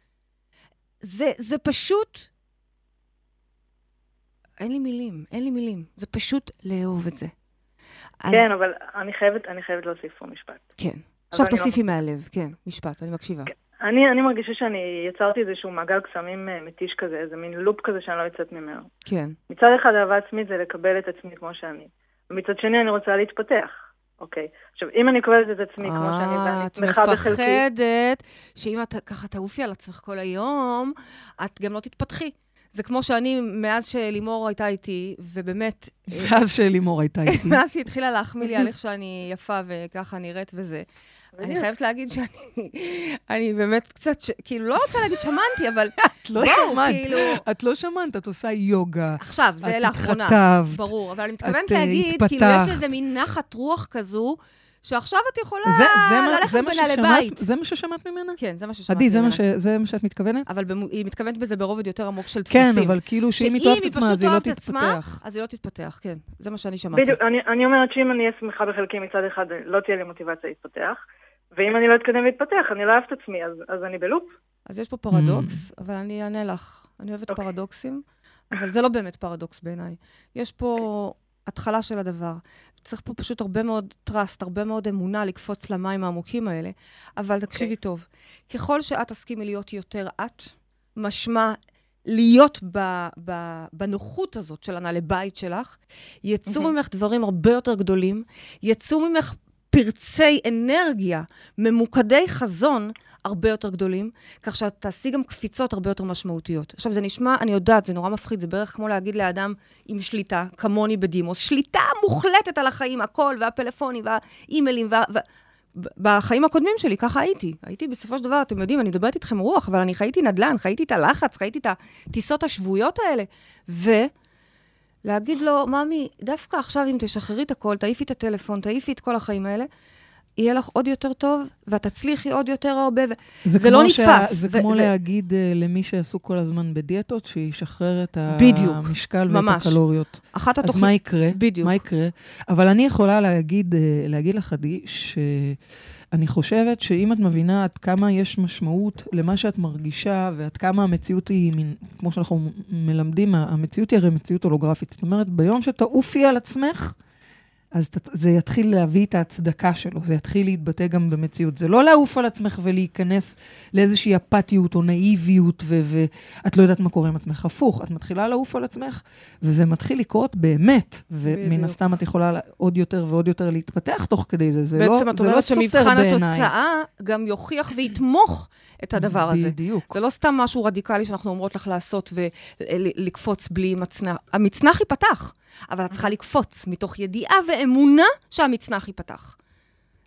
[SPEAKER 4] זה, זה פשוט... אין לי מילים, אין לי מילים. זה פשוט לאהוב את זה. אז,
[SPEAKER 6] כן, אבל אני חייבת, אני חייבת להוסיף פה משפט.
[SPEAKER 4] כן. עכשיו
[SPEAKER 6] אני לא-
[SPEAKER 4] תוסיפי מהלב, כן, משפט, אני מקשיבה.
[SPEAKER 6] אני, אני מרגישה שאני יצרתי איזשהו מעגל קסמים אה, מתיש כזה, איזה מין לופ כזה שאני לא יוצאת ממנו.
[SPEAKER 4] כן.
[SPEAKER 6] מצד אחד אהבה עצמית זה לקבל את עצמי כמו שאני. ומצד שני אני רוצה להתפתח. אוקיי. עכשיו, אם אני קובלת את עצמי כמו שאני ואני
[SPEAKER 4] אה, את
[SPEAKER 6] שמחה בחלקי...
[SPEAKER 4] מפחדת שאם את ככה תעופי על עצמך כל היום, את גם לא תתפתחי. זה כמו שאני, מאז שלימור הייתה איתי, ובאמת, אה,
[SPEAKER 3] ואז שלימור הייתה איתי.
[SPEAKER 4] מאז שהיא התחילה להחמיא לי על איך שאני יפה וככה נראית וזה, אני
[SPEAKER 6] בדיוק.
[SPEAKER 4] חייבת להגיד שאני אני באמת קצת, ש- כאילו, לא רוצה להגיד שמנתי, אבל
[SPEAKER 3] לא
[SPEAKER 4] בואו,
[SPEAKER 3] שמעת.
[SPEAKER 4] כאילו...
[SPEAKER 3] את לא שמעת, את עושה יוגה.
[SPEAKER 4] עכשיו, זה
[SPEAKER 3] את
[SPEAKER 4] לאחרונה.
[SPEAKER 3] התחתבת.
[SPEAKER 4] ברור, אבל אני מתכוונת
[SPEAKER 3] את, אה,
[SPEAKER 4] להגיד, כאילו, יש
[SPEAKER 3] התפתחת.
[SPEAKER 4] איזה מין נחת רוח כזו, שעכשיו את יכולה
[SPEAKER 3] זה, זה, מה, זה,
[SPEAKER 4] אה, ללכת
[SPEAKER 3] מה
[SPEAKER 4] בנעלי
[SPEAKER 3] ששמעת,
[SPEAKER 4] בית.
[SPEAKER 3] זה מה ששמעת ממנה?
[SPEAKER 4] כן, זה מה ששמעתי.
[SPEAKER 3] עדי, זה, מה
[SPEAKER 4] ממנה.
[SPEAKER 3] ש- זה מה שאת מתכוונת?
[SPEAKER 4] אבל במו- היא מתכוונת בזה ברובד יותר עמוק של
[SPEAKER 3] כן,
[SPEAKER 4] דפוסים.
[SPEAKER 3] אבל כאילו שאם היא תאהב את עצמה, אז היא לא תתפתח.
[SPEAKER 4] אז היא לא תתפתח, כן. זה מה שאני שמעתי.
[SPEAKER 6] בדיוק, אני, אני אומרת שאם אני אהיה שמחה בחלקי מצד אחד, לא תהיה לי מוטיבציה להתפתח, ואם אני לא אתקדם ואתפתח, אני לא אוהב את עצמי, אז, אז אני בלופ.
[SPEAKER 4] אז יש פה פרדוקס, אבל אני אענה לך. אני אוהבת
[SPEAKER 6] אוקיי.
[SPEAKER 4] פרדוקסים, אבל זה לא באמת פרדוקס בעיניי. יש פה התחלה של הדבר. צריך פה פשוט הרבה מאוד trust, הרבה מאוד אמונה לקפוץ למים העמוקים האלה. אבל תקשיבי טוב, ככל שאת תסכימי להיות יותר את, משמע להיות ב, ב, בנוחות הזאת של הנעלי בית שלך, יצאו
[SPEAKER 6] מהמם.
[SPEAKER 4] ממך דברים הרבה יותר גדולים, יצאו ממך פרצי אנרגיה ממוקדי חזון הרבה יותר גדולים, כך שאת תעשי גם קפיצות הרבה יותר משמעותיות. עכשיו, זה נשמע, אני יודעת, זה נורא מפחיד, זה בערך כמו להגיד לאדם עם שליטה, כמוני בדימוס, שליטה מוחלטת על החיים, הכל, והפלאפונים, והאימיילים, וה... וה... ב- בחיים הקודמים שלי, ככה הייתי. הייתי בסופו של דבר, אתם יודעים, אני מדברת איתכם רוח, אבל אני חייתי נדל"ן, חייתי את הלחץ, חייתי את הטיסות השבועיות האלה. ולהגיד לו, ממי, דווקא עכשיו אם תשחררי את הכל, תעיפי את הטלפון, תעיפי את כל החיים האלה, יהיה לך עוד יותר טוב, ואת תצליחי עוד יותר הרבה. ו... זה
[SPEAKER 3] כמו
[SPEAKER 4] לא
[SPEAKER 3] שה-
[SPEAKER 4] נתפס.
[SPEAKER 3] זה כמו להגיד אה, למי שעסוק כל הזמן בדיאטות, שישחרר את ה-
[SPEAKER 4] בדיוק,
[SPEAKER 3] המשקל ואת
[SPEAKER 4] ממש.
[SPEAKER 3] הקלוריות.
[SPEAKER 4] אחת
[SPEAKER 3] אז מה
[SPEAKER 4] התוכניות...
[SPEAKER 3] יקרה?
[SPEAKER 4] בדיוק.
[SPEAKER 3] מה יקרה? אבל אני יכולה להגיד, אה, להגיד לך, עדי, שאני חושבת שאם את מבינה עד כמה יש משמעות למה שאת מרגישה, ועד כמה המציאות היא, מין, כמו שאנחנו מ- מלמדים, ה- המציאות היא הרי מציאות הולוגרפית. זאת אומרת, ביום שתעופי על עצמך, אז ת- זה יתחיל להביא את ההצדקה שלו, זה יתחיל להתבטא גם במציאות. זה לא לעוף על עצמך ולהיכנס לאיזושהי אפתיות או נאיביות, ו- ואת לא יודעת מה קורה עם עצמך. הפוך, את מתחילה לעוף על עצמך, וזה מתחיל לקרות באמת, ומן
[SPEAKER 4] בדיוק.
[SPEAKER 3] הסתם את יכולה לה- עוד יותר ועוד יותר להתפתח תוך כדי זה. זה
[SPEAKER 4] בעצם
[SPEAKER 3] לא,
[SPEAKER 4] את
[SPEAKER 3] זה לא
[SPEAKER 4] אומרת
[SPEAKER 3] סותר
[SPEAKER 4] שמבחן
[SPEAKER 3] בעיניי.
[SPEAKER 4] התוצאה גם יוכיח ויתמוך את הדבר הזה.
[SPEAKER 3] בדיוק.
[SPEAKER 4] זה לא סתם משהו רדיקלי שאנחנו אומרות לך לעשות ולקפוץ בלי מצנח. המצנח ייפתח, אבל את צריכה לקפוץ מתוך ידיעה ואמונה שהמצנח ייפתח.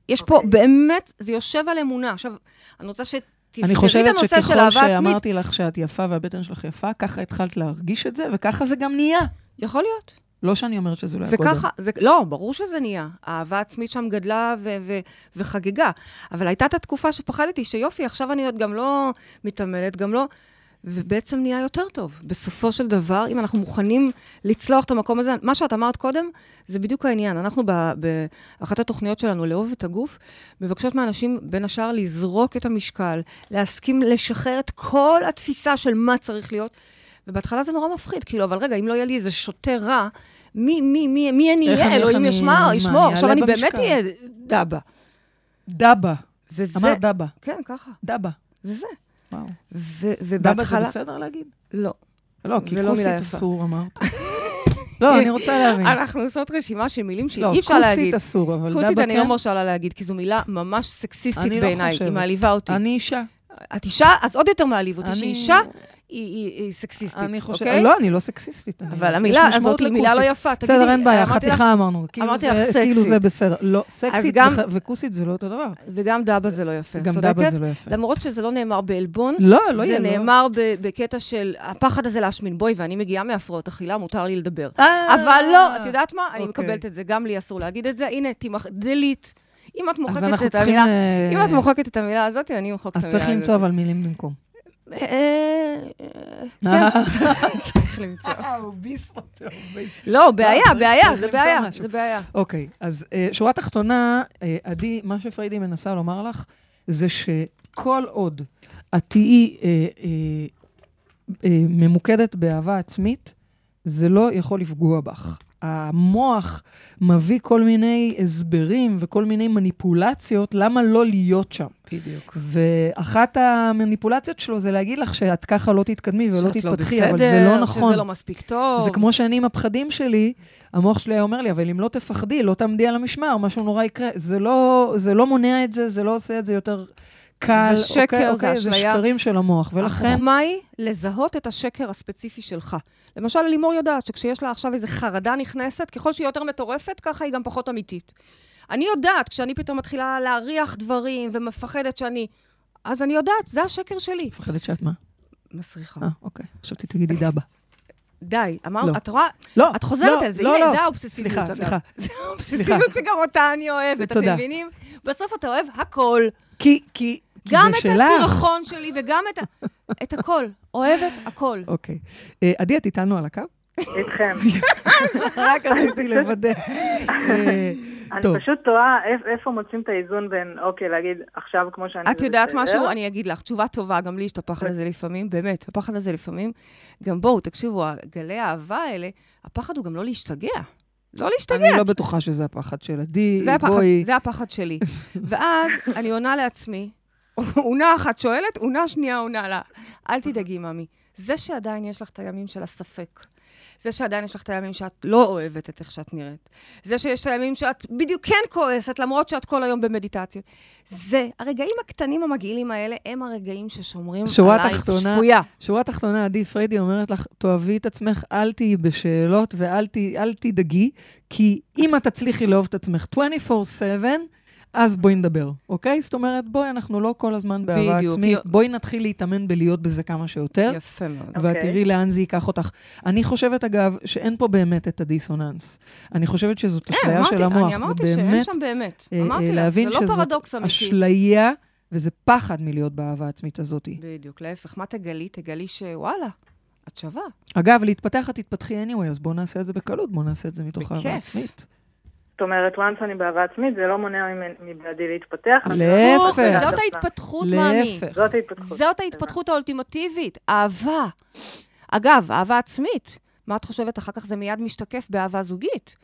[SPEAKER 4] יש פה, באמת, זה יושב על אמונה. עכשיו, אני רוצה
[SPEAKER 3] אני
[SPEAKER 4] שתפתרי את
[SPEAKER 3] חושבת
[SPEAKER 4] הנושא של
[SPEAKER 3] שככל
[SPEAKER 4] אהבה עצמית.
[SPEAKER 3] שאמרתי לך שאת יפה והבטן שלך יפה, ככה התחלת להרגיש את זה, וככה זה גם נהיה.
[SPEAKER 4] יכול להיות.
[SPEAKER 3] לא שאני אומרת שזה לא היה
[SPEAKER 4] זה
[SPEAKER 3] קודם.
[SPEAKER 4] ככה, זה, לא, ברור שזה נהיה. האהבה העצמית שם גדלה ו- ו- וחגגה. אבל הייתה את התקופה שפחדתי שיופי, עכשיו אני עוד גם לא מתעמלת, גם לא... ובעצם נהיה יותר טוב. בסופו של דבר, אם אנחנו מוכנים לצלוח את המקום הזה, מה שאת אמרת קודם, זה בדיוק העניין. אנחנו ב- באחת התוכניות שלנו, לאהוב את הגוף, מבקשות מאנשים, בין השאר, לזרוק את המשקל, להסכים לשחרר את כל התפיסה של מה צריך להיות. ובהתחלה זה נורא מפחיד, כאילו, אבל רגע, אם לא יהיה לי איזה שוטה רע, מי, מי, מי, מי אני
[SPEAKER 3] איך
[SPEAKER 4] אהיה?
[SPEAKER 3] אני- איך
[SPEAKER 4] אלוהים
[SPEAKER 3] אני-
[SPEAKER 4] ישמר,
[SPEAKER 3] מה,
[SPEAKER 4] ישמור,
[SPEAKER 3] אני
[SPEAKER 4] עכשיו
[SPEAKER 3] אעלה
[SPEAKER 4] אני באמת
[SPEAKER 3] במשקל?
[SPEAKER 4] אהיה דבה.
[SPEAKER 3] דבה.
[SPEAKER 4] וזה...
[SPEAKER 3] אמרת דבה.
[SPEAKER 4] כן, ככה,
[SPEAKER 3] דבה.
[SPEAKER 4] זה זה.
[SPEAKER 3] וואו.
[SPEAKER 4] ו-
[SPEAKER 3] דבה זה
[SPEAKER 4] ובהתחלה...
[SPEAKER 3] בסדר להגיד?
[SPEAKER 4] לא.
[SPEAKER 3] לא, כי
[SPEAKER 4] זה לא מילה
[SPEAKER 3] כוסית
[SPEAKER 4] יפה.
[SPEAKER 3] אסור אמרת. לא, אני רוצה להבין.
[SPEAKER 4] אנחנו עושות רשימה של מילים
[SPEAKER 3] לא,
[SPEAKER 4] שאי אפשר
[SPEAKER 3] כוסית
[SPEAKER 4] להגיד.
[SPEAKER 3] אסור, אבל דבה כן.
[SPEAKER 4] כוסית אני לא מרשה לה להגיד, כי זו מילה ממש סקסיסטית
[SPEAKER 3] אני לא
[SPEAKER 4] בעיניי, היא
[SPEAKER 3] חושבת.
[SPEAKER 4] מעליבה אותי.
[SPEAKER 3] אני אישה.
[SPEAKER 4] את אישה, אז עוד יותר מעליב אותי,
[SPEAKER 3] אני-
[SPEAKER 4] שאישה היא- היא היא סקסיסטית,
[SPEAKER 3] אני חושבת...
[SPEAKER 4] אוקיי?
[SPEAKER 3] לא, אני לא סקסיסטית. אני-
[SPEAKER 4] אבל
[SPEAKER 3] יש
[SPEAKER 4] המילה
[SPEAKER 3] משמעות
[SPEAKER 4] הזאת היא מילה לא
[SPEAKER 3] לכוסית.
[SPEAKER 4] יפה.
[SPEAKER 3] בסדר,
[SPEAKER 4] תגידי,
[SPEAKER 3] אין בעיה,
[SPEAKER 4] אמרתי לך-
[SPEAKER 3] חתיכה אמרנו. כאילו
[SPEAKER 4] אמרתי
[SPEAKER 3] זה-
[SPEAKER 4] לך
[SPEAKER 3] כאילו זה
[SPEAKER 4] סקסית.
[SPEAKER 3] בסדר. לא, סקסית
[SPEAKER 4] גם-
[SPEAKER 3] וח- וכוסית זה לא אותו דבר.
[SPEAKER 4] וגם דאבה זה לא יפה.
[SPEAKER 3] גם
[SPEAKER 4] צודקת?
[SPEAKER 3] דאבה זה לא יפה.
[SPEAKER 4] למרות שזה לא נאמר בעלבון,
[SPEAKER 3] לא, לא יהיה.
[SPEAKER 4] זה
[SPEAKER 3] לא.
[SPEAKER 4] נאמר ב- בקטע של הפחד הזה להשמין. בואי, ואני מגיעה מהפרעות אכילה, מותר לי לדבר.
[SPEAKER 3] אה,
[SPEAKER 4] אבל לא, את יודעת מה? אני
[SPEAKER 3] אוקיי.
[SPEAKER 4] מקבלת את זה, גם לי אסור להגיד את זה. הנה, תמח... דליט. אם את
[SPEAKER 3] אז
[SPEAKER 4] מוחקת
[SPEAKER 3] אנחנו
[SPEAKER 4] את
[SPEAKER 3] צריכים...
[SPEAKER 4] המילה...
[SPEAKER 3] אה,
[SPEAKER 4] אם את מוחקת את המילה הזאת, אני אמחוק את
[SPEAKER 3] אז
[SPEAKER 4] המילה הזאת.
[SPEAKER 3] צריך למצוא אבל מילים במקום.
[SPEAKER 4] אה, אה,
[SPEAKER 3] אה.
[SPEAKER 4] אה, כן, צריך- צריך למצוא.
[SPEAKER 3] וואו, אה, ביסט.
[SPEAKER 4] לא, בעיה,
[SPEAKER 3] צריך-
[SPEAKER 4] בעיה,
[SPEAKER 3] צריך
[SPEAKER 4] זה
[SPEAKER 3] למצוא
[SPEAKER 4] בעיה,
[SPEAKER 3] משהו.
[SPEAKER 4] זה בעיה.
[SPEAKER 3] אוקיי, אז אה, שורה תחתונה, אה, עדי, מה שפריידי מנסה לומר לך, זה שכל עוד את תהיי אה, אה, אה, ממוקדת באהבה עצמית, זה לא יכול לפגוע בך. המוח מביא כל מיני הסברים וכל מיני מניפולציות למה לא להיות שם.
[SPEAKER 4] בדיוק.
[SPEAKER 3] ואחת המניפולציות שלו זה להגיד לך שאת ככה לא תתקדמי ולא
[SPEAKER 4] שאת לא
[SPEAKER 3] תתפתחי, אבל זה
[SPEAKER 4] בסדר,
[SPEAKER 3] לא נכון.
[SPEAKER 4] שזה לא מספיק טוב.
[SPEAKER 3] זה כמו שאני עם הפחדים שלי, המוח שלי היה אומר לי, אבל אם לא תפחדי, לא תעמדי על המשמר, משהו נורא יקרה. זה לא, זה לא מונע את זה, זה לא עושה את זה יותר קל.
[SPEAKER 4] זה שקר,
[SPEAKER 3] אוקיי,
[SPEAKER 4] זה
[SPEAKER 3] אוקיי, זה
[SPEAKER 4] אשליה.
[SPEAKER 3] שקרים של המוח, ולכן...
[SPEAKER 4] החוכמה היא לזהות את השקר הספציפי שלך. למשל, לימור יודעת שכשיש לה עכשיו איזו חרדה נכנסת, ככל שהיא יותר מטורפת, ככה היא גם פחות אמיתית. אני יודעת, כשאני פתאום מתחילה להריח דברים ומפחדת שאני... אז אני יודעת, זה השקר שלי.
[SPEAKER 3] מפחדת שאת מה?
[SPEAKER 4] מסריחה.
[SPEAKER 3] אה, אוקיי. חשבתי תגידי דבה.
[SPEAKER 4] די,
[SPEAKER 3] לא.
[SPEAKER 4] אמרנו, את רואה?
[SPEAKER 3] לא,
[SPEAKER 4] את חוזרת
[SPEAKER 3] לא,
[SPEAKER 4] על זה,
[SPEAKER 3] לא,
[SPEAKER 4] הנה,
[SPEAKER 3] לא.
[SPEAKER 4] זה האובססיביות.
[SPEAKER 3] סליחה,
[SPEAKER 4] אגב.
[SPEAKER 3] סליחה.
[SPEAKER 4] זה האובססיביות שגם אותה אני אוהבת,
[SPEAKER 3] תודה.
[SPEAKER 4] אתם מבינים? בסוף אתה אוהב הכל.
[SPEAKER 3] כי, כי, כי
[SPEAKER 4] גם
[SPEAKER 3] זה
[SPEAKER 4] את
[SPEAKER 3] שלך.
[SPEAKER 4] הסירחון שלי וגם את ה... את הכל. אוהבת הכל.
[SPEAKER 3] אוקיי. אה, עדי, את איתנו על הקו?
[SPEAKER 6] איתכם.
[SPEAKER 3] רק רציתי לוודא. אה,
[SPEAKER 6] אני
[SPEAKER 3] טוב.
[SPEAKER 6] פשוט תוהה איפ- איפה מוצאים את האיזון בין, אוקיי, להגיד עכשיו כמו שאני...
[SPEAKER 4] את
[SPEAKER 6] זה
[SPEAKER 4] יודעת
[SPEAKER 6] בסדר",
[SPEAKER 4] משהו? אני אגיד לך, תשובה טובה, גם לי יש את הפחד הזה לפעמים, באמת, הפחד הזה לפעמים. גם בואו, תקשיבו, גלי האהבה האלה, הפחד הוא גם לא להשתגע. לא
[SPEAKER 3] אני
[SPEAKER 4] להשתגע.
[SPEAKER 3] לא בטוחה שזה הפחד של עדי.
[SPEAKER 4] זה הפחד,
[SPEAKER 3] בואי.
[SPEAKER 4] זה הפחד שלי. ואז אני עונה לעצמי, עונה אחת שואלת, עונה שנייה עונה לה. אל תדאגי, ממי. זה שעדיין יש לך את הימים של הספק, זה שעדיין יש לך את הימים שאת לא אוהבת את איך שאת נראית, זה שיש את הימים שאת בדיוק כן כועסת, למרות שאת כל היום במדיטציות. זה, הרגעים הקטנים המגעילים האלה, הם הרגעים ששומרים
[SPEAKER 3] שורה
[SPEAKER 4] עלייך
[SPEAKER 3] תחתונה-
[SPEAKER 4] שפויה.
[SPEAKER 3] שורה תחתונה, עדי פריידי אומרת לך, תאהבי את עצמך, אל תהיי בשאלות ואל ת, אל תדאגי, כי אם את תצליחי לאהוב את עצמך 24/7, אז בואי נדבר, אוקיי? זאת אומרת, בואי, אנחנו לא כל הזמן באהבה
[SPEAKER 4] בדיוק.
[SPEAKER 3] עצמית,
[SPEAKER 4] יו-
[SPEAKER 3] בואי נתחיל להתאמן בלהיות בזה כמה שיותר,
[SPEAKER 4] יפה מאוד.
[SPEAKER 3] כן. ואת
[SPEAKER 6] אוקיי.
[SPEAKER 3] תראי לאן זה ייקח אותך. אני חושבת, אגב, שאין פה באמת את הדיסוננס. אני חושבת שזאת
[SPEAKER 4] כן,
[SPEAKER 3] אשליה
[SPEAKER 4] אמרתי-
[SPEAKER 3] של המוח.
[SPEAKER 4] אני אמרתי
[SPEAKER 3] זה
[SPEAKER 4] שאין
[SPEAKER 3] באמת
[SPEAKER 4] שם באמת.
[SPEAKER 3] אה, אה,
[SPEAKER 4] אמרתי לה, זה
[SPEAKER 3] להבין
[SPEAKER 4] לא
[SPEAKER 3] שזאת
[SPEAKER 4] פרדוקס אמיתי.
[SPEAKER 3] אשליה, וזה פחד מלהיות באהבה העצמית הזאת.
[SPEAKER 4] בדיוק, להפך. מה תגלי? תגלי שוואלה, את שווה.
[SPEAKER 3] אגב, להתפתח את תתפתחי anyway, אז בואו נעשה את זה בקלות, בואו נעשה את זה מתוך אהבה
[SPEAKER 4] בכיף.
[SPEAKER 3] עצמית.
[SPEAKER 6] זאת אומרת, once אני באהבה עצמית, זה לא מונע ממני- מבעדי להתפתח. לא אז-
[SPEAKER 3] להפך.
[SPEAKER 4] הפוך, לא, זאת
[SPEAKER 6] זאת
[SPEAKER 4] ההתפתחות, מאמי.
[SPEAKER 3] להפך.
[SPEAKER 6] זאת ההתפתחות.
[SPEAKER 4] זאת ההתפתחות האולטימטיבית, אהבה. אגב, אהבה עצמית. מה את חושבת? אחר כך זה מיד משתקף באהבה זוגית.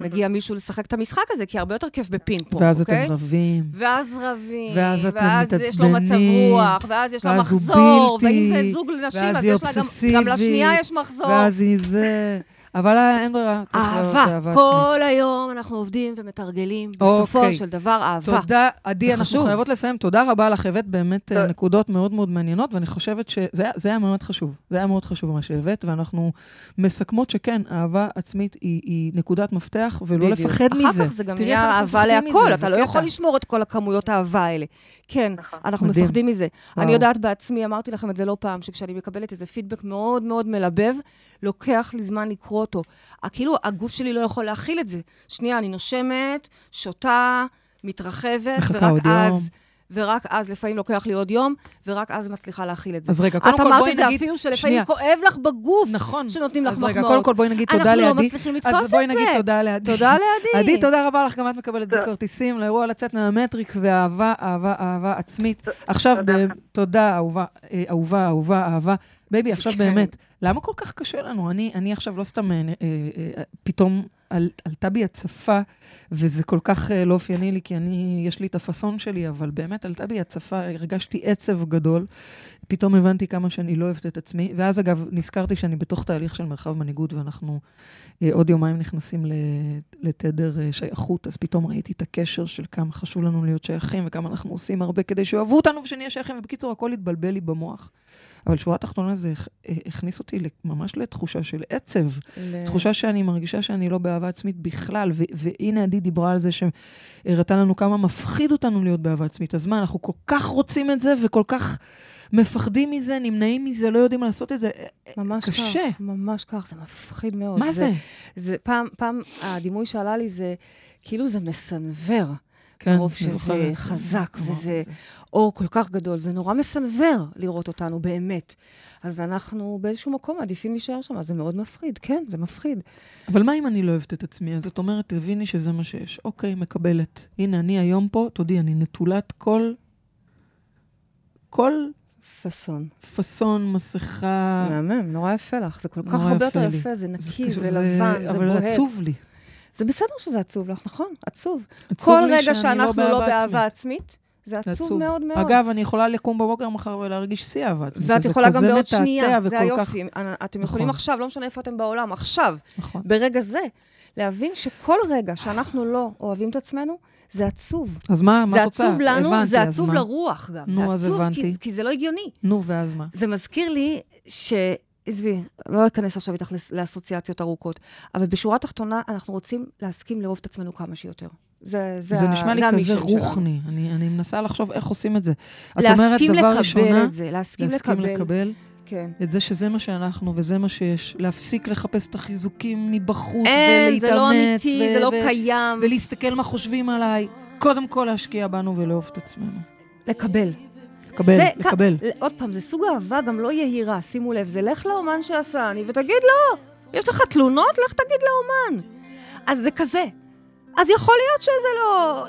[SPEAKER 4] מגיע מישהו לשחק את המשחק הזה, כי הרבה יותר כיף בפינג פונג,
[SPEAKER 3] ואז
[SPEAKER 4] אוקיי?
[SPEAKER 3] אתם רבים.
[SPEAKER 4] ואז רבים,
[SPEAKER 3] ואז אתם
[SPEAKER 4] ואז יש לו מצב
[SPEAKER 3] מתעצבנים,
[SPEAKER 4] רוח, ואז יש לו
[SPEAKER 3] ואז הוא
[SPEAKER 4] מחזור,
[SPEAKER 3] בלתי,
[SPEAKER 4] ואם זה זוג לנשים,
[SPEAKER 3] ואז
[SPEAKER 4] אז
[SPEAKER 3] היא
[SPEAKER 4] יש לה גם, גם לשנייה
[SPEAKER 3] אובססיבית,
[SPEAKER 4] יש מחזור.
[SPEAKER 3] ואז היא זה... אבל אה, אין ברירה, צריך לאהוב את
[SPEAKER 4] אהבה.
[SPEAKER 3] אהבה עצמית.
[SPEAKER 4] כל היום אנחנו עובדים ומתרגלים,
[SPEAKER 3] אוקיי.
[SPEAKER 4] בסופו של דבר אהבה.
[SPEAKER 3] תודה, עדי,
[SPEAKER 4] זה
[SPEAKER 3] אנחנו
[SPEAKER 4] חשוב.
[SPEAKER 3] חייבות לסיים. תודה רבה לך, הבאת באמת אה,
[SPEAKER 6] תודה.
[SPEAKER 3] נקודות מאוד מאוד מעניינות, ואני חושבת שזה היה- זה היה מאוד חשוב. זה היה מאוד חשוב מה שהבאת, ואנחנו מסכמות שכן, אהבה עצמית היא היא נקודת מפתח, ולא
[SPEAKER 4] בדיוק.
[SPEAKER 3] לא לפחד מזה.
[SPEAKER 4] אחר כך זה גם
[SPEAKER 3] תראי
[SPEAKER 4] נהיה
[SPEAKER 3] איך אנחנו
[SPEAKER 4] אהבה
[SPEAKER 3] מפחדים
[SPEAKER 4] להכל,
[SPEAKER 3] מזה,
[SPEAKER 4] אתה
[SPEAKER 3] זה
[SPEAKER 4] לא
[SPEAKER 3] קטע.
[SPEAKER 4] יכול לשמור את כל הכמויות האהבה האלה. כן,
[SPEAKER 6] נכון.
[SPEAKER 4] אנחנו
[SPEAKER 3] מדהים.
[SPEAKER 4] מפחדים מזה.
[SPEAKER 3] וואו.
[SPEAKER 4] אני יודעת בעצמי, אמרתי לכם את זה לא פעם, שכשאני מקבלת איזה פידבק מאוד מאוד מלבב, לוקח לי זמן לקרוא אותו. אה, כאילו, הגוף שלי לא יכול להכיל את זה. שנייה, אני נושמת, שותה, מתרחבת,
[SPEAKER 3] מחכה
[SPEAKER 4] ורק
[SPEAKER 3] עוד
[SPEAKER 4] אז...
[SPEAKER 3] יום.
[SPEAKER 4] ורק אז, לפעמים לוקח לי עוד יום, ורק אז מצליחה להכיל את זה.
[SPEAKER 3] אז רגע, קודם כל
[SPEAKER 4] את אמרת
[SPEAKER 3] בואי
[SPEAKER 4] את זה
[SPEAKER 3] נגיד-
[SPEAKER 4] אפילו
[SPEAKER 3] שנייה.
[SPEAKER 4] שלפעמים כואב לך בגוף,
[SPEAKER 3] נכון.
[SPEAKER 4] שנותנים לך
[SPEAKER 3] אז רגע,
[SPEAKER 4] מחמאות.
[SPEAKER 3] קודם כל בואי נגיד תודה
[SPEAKER 4] אנחנו
[SPEAKER 3] לעדי.
[SPEAKER 4] לא מצליחים לתפוס את זה.
[SPEAKER 3] אז בואי נגיד תודה לעדי.
[SPEAKER 4] תודה לעדי.
[SPEAKER 3] עדי, תודה רבה לך, גם את מקבלת
[SPEAKER 6] תודה.
[SPEAKER 3] כרטיסים לאירוע לצאת מהמטריקס ואהבה, אהבה, אהבה עצמית. עכשיו,
[SPEAKER 6] תודה.
[SPEAKER 3] ב- תודה, אהובה, אה, אהובה, אהובה, אהבה. בייבי, עכשיו
[SPEAKER 4] כן.
[SPEAKER 3] באמת, למה כל כך קשה לנו? אני אני עכשיו לא סתם, אה, אה, אה, פתאום על- עלתה בי הצפה, וזה כל כך אה, לא אופייני לי, כי אני, יש לי את הפאסון שלי, אבל באמת עלתה בי הצפה, הרגשתי עצב גדול. פתאום הבנתי כמה שאני לא אוהבת את עצמי. ואז, אגב, נזכרתי שאני בתוך תהליך של מרחב מנהיגות, ואנחנו אה, עוד יומיים נכנסים ל- לתדר אה, שייכות, אז פתאום ראיתי את הקשר של כמה חשוב לנו להיות שייכים, וכמה אנחנו עושים הרבה כדי שאוהבו אותנו ושנהיה שייכים, ובקיצור, הכל התבלבל לי במוח. אבל שורה תחתונה זה הכ- אה, הכניס אותי ל- ממש לתחושה של עצב.
[SPEAKER 4] כן.
[SPEAKER 3] תחושה שאני מרגישה שאני לא באהבה עצמית בכלל, ו- והנה עדי דיברה על זה שהראתה לנו כמה מפחיד אותנו להיות באהבה עצמית. אז מה, אנחנו כל כך רוצים את זה וכל כך מפחדים מזה, נמנעים מזה, לא יודעים לעשות את זה. אה, אה,
[SPEAKER 4] ממש
[SPEAKER 3] קשה.
[SPEAKER 4] כך, ממש כך, זה מפחיד מאוד.
[SPEAKER 3] מה זה?
[SPEAKER 4] זה כן, פעם, פעם, הדימוי שעלה לי זה, כאילו זה מסנוור.
[SPEAKER 3] כן,
[SPEAKER 4] מרוב
[SPEAKER 3] אני
[SPEAKER 4] שזה
[SPEAKER 3] זוכרת.
[SPEAKER 4] חזק
[SPEAKER 3] אמרנו את
[SPEAKER 4] וזה-
[SPEAKER 3] זה.
[SPEAKER 4] אור כל כך גדול, זה נורא מסנוור לראות אותנו באמת. אז אנחנו באיזשהו מקום מעדיפים להישאר שם, אז זה מאוד מפחיד, כן, זה מפחיד.
[SPEAKER 3] אבל מה אם אני לא אוהבת את עצמי? אז את אומרת, תביני שזה מה שיש. אוקיי, מקבלת. הנה, אני היום פה, תודי, אני נטולת כל... כל
[SPEAKER 4] פאסון.
[SPEAKER 3] פאסון, מסכה.
[SPEAKER 4] מהמם, נורא יפה לך, זה לא כל כך
[SPEAKER 3] אה. נורא
[SPEAKER 4] הרבה
[SPEAKER 3] יפה
[SPEAKER 4] יותר
[SPEAKER 3] לי.
[SPEAKER 4] יפה, זה נקי,
[SPEAKER 3] קשה,
[SPEAKER 4] זה לבן, זה
[SPEAKER 3] אבל
[SPEAKER 4] בוהק.
[SPEAKER 3] עצוב לי.
[SPEAKER 4] זה בסדר שזה עצוב לך, נכון? עצוב.
[SPEAKER 3] עצוב
[SPEAKER 4] כל
[SPEAKER 3] לי
[SPEAKER 4] רגע
[SPEAKER 3] שאני
[SPEAKER 4] שאנחנו לא באהבה
[SPEAKER 3] עצמית.
[SPEAKER 4] עצמית, זה
[SPEAKER 3] זה
[SPEAKER 4] עצוב מאוד מאוד.
[SPEAKER 3] אגב, אני יכולה לקום בבוקר מחר ולהרגיש שיא אהבה עצמית.
[SPEAKER 4] ואת
[SPEAKER 3] וזה
[SPEAKER 4] יכולה גם
[SPEAKER 3] כזה
[SPEAKER 4] בעוד
[SPEAKER 3] מתעתע
[SPEAKER 4] שנייה,
[SPEAKER 3] וכל
[SPEAKER 4] זה
[SPEAKER 3] כך-
[SPEAKER 4] היופי. אנ- אתם יכולים
[SPEAKER 3] נכון.
[SPEAKER 4] עכשיו, לא משנה איפה אתם בעולם, עכשיו,
[SPEAKER 3] נכון.
[SPEAKER 4] ברגע זה, להבין שכל רגע שאנחנו לא אוהבים את עצמנו, זה עצוב.
[SPEAKER 3] אז מה, מה
[SPEAKER 4] זה
[SPEAKER 3] את רוצה?
[SPEAKER 4] עצוב לנו,
[SPEAKER 3] הבנתי,
[SPEAKER 4] זה
[SPEAKER 3] אז
[SPEAKER 4] עצוב
[SPEAKER 3] מה?
[SPEAKER 4] לרוח גם.
[SPEAKER 3] נו, אז
[SPEAKER 4] זה עצוב
[SPEAKER 3] הבנתי.
[SPEAKER 4] כי, כי זה לא הגיוני.
[SPEAKER 3] נו, ואז מה?
[SPEAKER 4] זה מזכיר לי ש... עזבי, לא אכנס עכשיו איתך לס- לאסוציאציות ארוכות, אבל בשורה התחתונה, אנחנו רוצים להסכים לאהוב את עצמנו כמה שיותר. זה, זה,
[SPEAKER 3] זה
[SPEAKER 4] ה-
[SPEAKER 3] נשמע לי
[SPEAKER 4] זה
[SPEAKER 3] כזה
[SPEAKER 4] המישן שלנו.
[SPEAKER 3] רוחני. אני אני מנסה לחשוב איך עושים את זה. את אומרת
[SPEAKER 4] להסכים
[SPEAKER 3] דבר
[SPEAKER 4] לקבל
[SPEAKER 3] ראשונה,
[SPEAKER 4] את זה, להסכים,
[SPEAKER 3] להסכים לקבל
[SPEAKER 4] כן.
[SPEAKER 3] את זה שזה מה שאנחנו וזה מה שיש. להפסיק לחפש את החיזוקים מבחוץ
[SPEAKER 4] אין, זה לא
[SPEAKER 3] ולהתאמץ.
[SPEAKER 4] אמיתי,
[SPEAKER 3] ו-
[SPEAKER 4] זה לא
[SPEAKER 3] ו-
[SPEAKER 4] קיים.
[SPEAKER 3] ולהסתכל מה חושבים עליי. קודם כל להשקיע בנו ולאהוב את עצמנו.
[SPEAKER 4] לקבל.
[SPEAKER 3] לקבל,
[SPEAKER 4] זה- אה,
[SPEAKER 3] לקבל.
[SPEAKER 4] עוד פעם, זה סוג אהבה גם לא יהירה, שימו לב, זה לך לאומן שעשני ותגיד לו, יש לך תלונות? לך תגיד לאומן. אז זה כזה. אז יכול להיות שזה לא...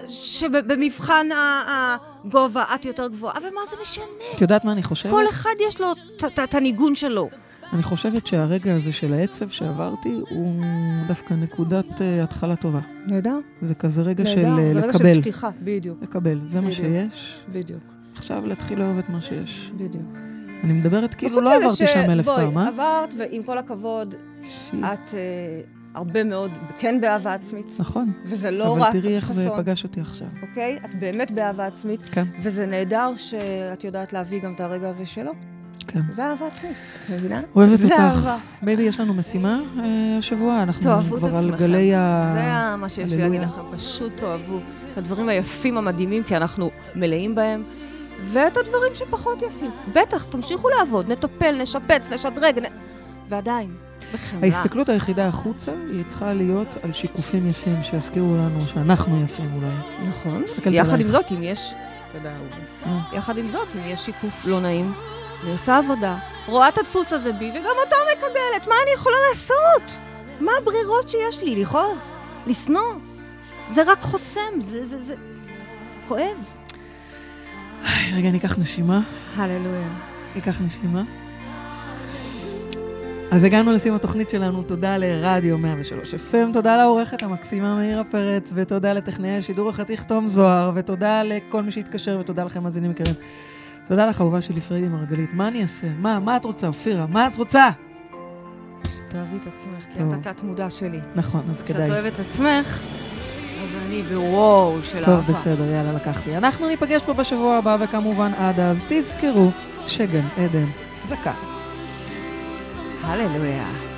[SPEAKER 4] שבמבחן ה- הגובה את יותר גבוהה, אבל מה זה משנה?
[SPEAKER 3] את יודעת מה אני חושבת?
[SPEAKER 4] כל אחד יש לו את- את- את הניגון שלו.
[SPEAKER 3] אני חושבת שהרגע הזה של העצב שעברתי הוא דווקא נקודת אה, התחלה טובה.
[SPEAKER 4] נהדר,
[SPEAKER 3] זה כזה רגע של
[SPEAKER 4] נהדר.
[SPEAKER 3] אה,
[SPEAKER 4] זה רגע של
[SPEAKER 3] לקבל.
[SPEAKER 4] פתיחה, בדיוק,
[SPEAKER 3] לקבל, זה מה
[SPEAKER 4] בדיוק.
[SPEAKER 3] שיש.
[SPEAKER 4] בדיוק,
[SPEAKER 3] עכשיו להתחיל לאהוב את מה שיש.
[SPEAKER 4] בדיוק.
[SPEAKER 3] אני מדברת כאילו
[SPEAKER 4] וחוץ
[SPEAKER 3] לא
[SPEAKER 4] מזה
[SPEAKER 3] עברתי
[SPEAKER 4] ש-
[SPEAKER 3] שם אלף פעם,
[SPEAKER 4] בואי,
[SPEAKER 3] אה?
[SPEAKER 4] עברת, ועם כל הכבוד,
[SPEAKER 3] שיט.
[SPEAKER 4] את אה, הרבה מאוד כן באהבה עצמית,
[SPEAKER 3] נכון.
[SPEAKER 4] וזה לא
[SPEAKER 3] אבל
[SPEAKER 4] רק
[SPEAKER 3] תראי איך זה
[SPEAKER 4] חסון,
[SPEAKER 3] פגש אותי עכשיו.
[SPEAKER 4] אוקיי? את באמת באהבה עצמית,
[SPEAKER 3] כן,
[SPEAKER 4] וזה נהדר שאת יודעת להביא גם את הרגע הזה שלו.
[SPEAKER 3] כן.
[SPEAKER 4] זה אהבה עצמית, את מבינה?
[SPEAKER 3] אוהבת
[SPEAKER 4] זה
[SPEAKER 3] אותך.
[SPEAKER 4] אהבה.
[SPEAKER 3] בייבי, יש לנו משימה אה, השבוע, אנחנו
[SPEAKER 4] תאהבו את
[SPEAKER 3] כבר
[SPEAKER 4] עצמכם.
[SPEAKER 3] על גלי ה...
[SPEAKER 4] זה ה- מה שיש לי
[SPEAKER 3] הללויה.
[SPEAKER 4] להגיד לכם, פשוט תאהבו את הדברים היפים המדהימים, כי אנחנו מלאים בהם, ואת הדברים שפחות יפים. בטח, תמשיכו לעבוד, נטפל, נשפץ, נשדרג, נ... ועדיין, בחמלה.
[SPEAKER 3] ההסתכלות היחידה החוצה, היא צריכה להיות על שיקופים יפים שיזכירו לנו שאנחנו יפים אולי.
[SPEAKER 4] נכון.
[SPEAKER 3] מסתכלת
[SPEAKER 4] יחד עם
[SPEAKER 3] עלייך.
[SPEAKER 4] זאת, אם יש... תודה, אהובי.
[SPEAKER 3] אה.
[SPEAKER 4] יחד עם זאת, אם יש שיקוף לא נעים, אני עושה עבודה, רואה את הדפוס הזה בי, וגם אותו מקבלת. מה אני יכולה לעשות? מה הברירות שיש לי? לכעוס? לשנוא? זה רק חוסם, זה... זה... זה... כואב.
[SPEAKER 3] רגע, ניקח נשימה.
[SPEAKER 4] הללויה.
[SPEAKER 3] ניקח נשימה. אז הגענו לסיום התוכנית שלנו, תודה לרדיו 103 FM, תודה לעורכת המקסימה מאירה פרץ, ותודה לטכנאי השידור החתיך תום זוהר, ותודה לכל מי שהתקשר, ותודה לכם, מאזינים יקרים. תודה לך, אהובה שלי, פריידי מרגלית. מה אני אעשה? מה, מה את רוצה, אופירה? מה את רוצה?
[SPEAKER 4] שתאהבי את עצמך, כי
[SPEAKER 3] טוב.
[SPEAKER 4] את התת-מודע שלי.
[SPEAKER 3] נכון, אז
[SPEAKER 4] כשאת
[SPEAKER 3] כדאי.
[SPEAKER 4] אוהבת את עצמך, אז אני בוואו של
[SPEAKER 3] טוב,
[SPEAKER 4] אהבה.
[SPEAKER 3] בסדר, יאללה, לקחתי. אנחנו ניפגש פה בשבוע הבא, וכמובן עד אז תזכרו שגן עדן זכה.
[SPEAKER 4] הללויה.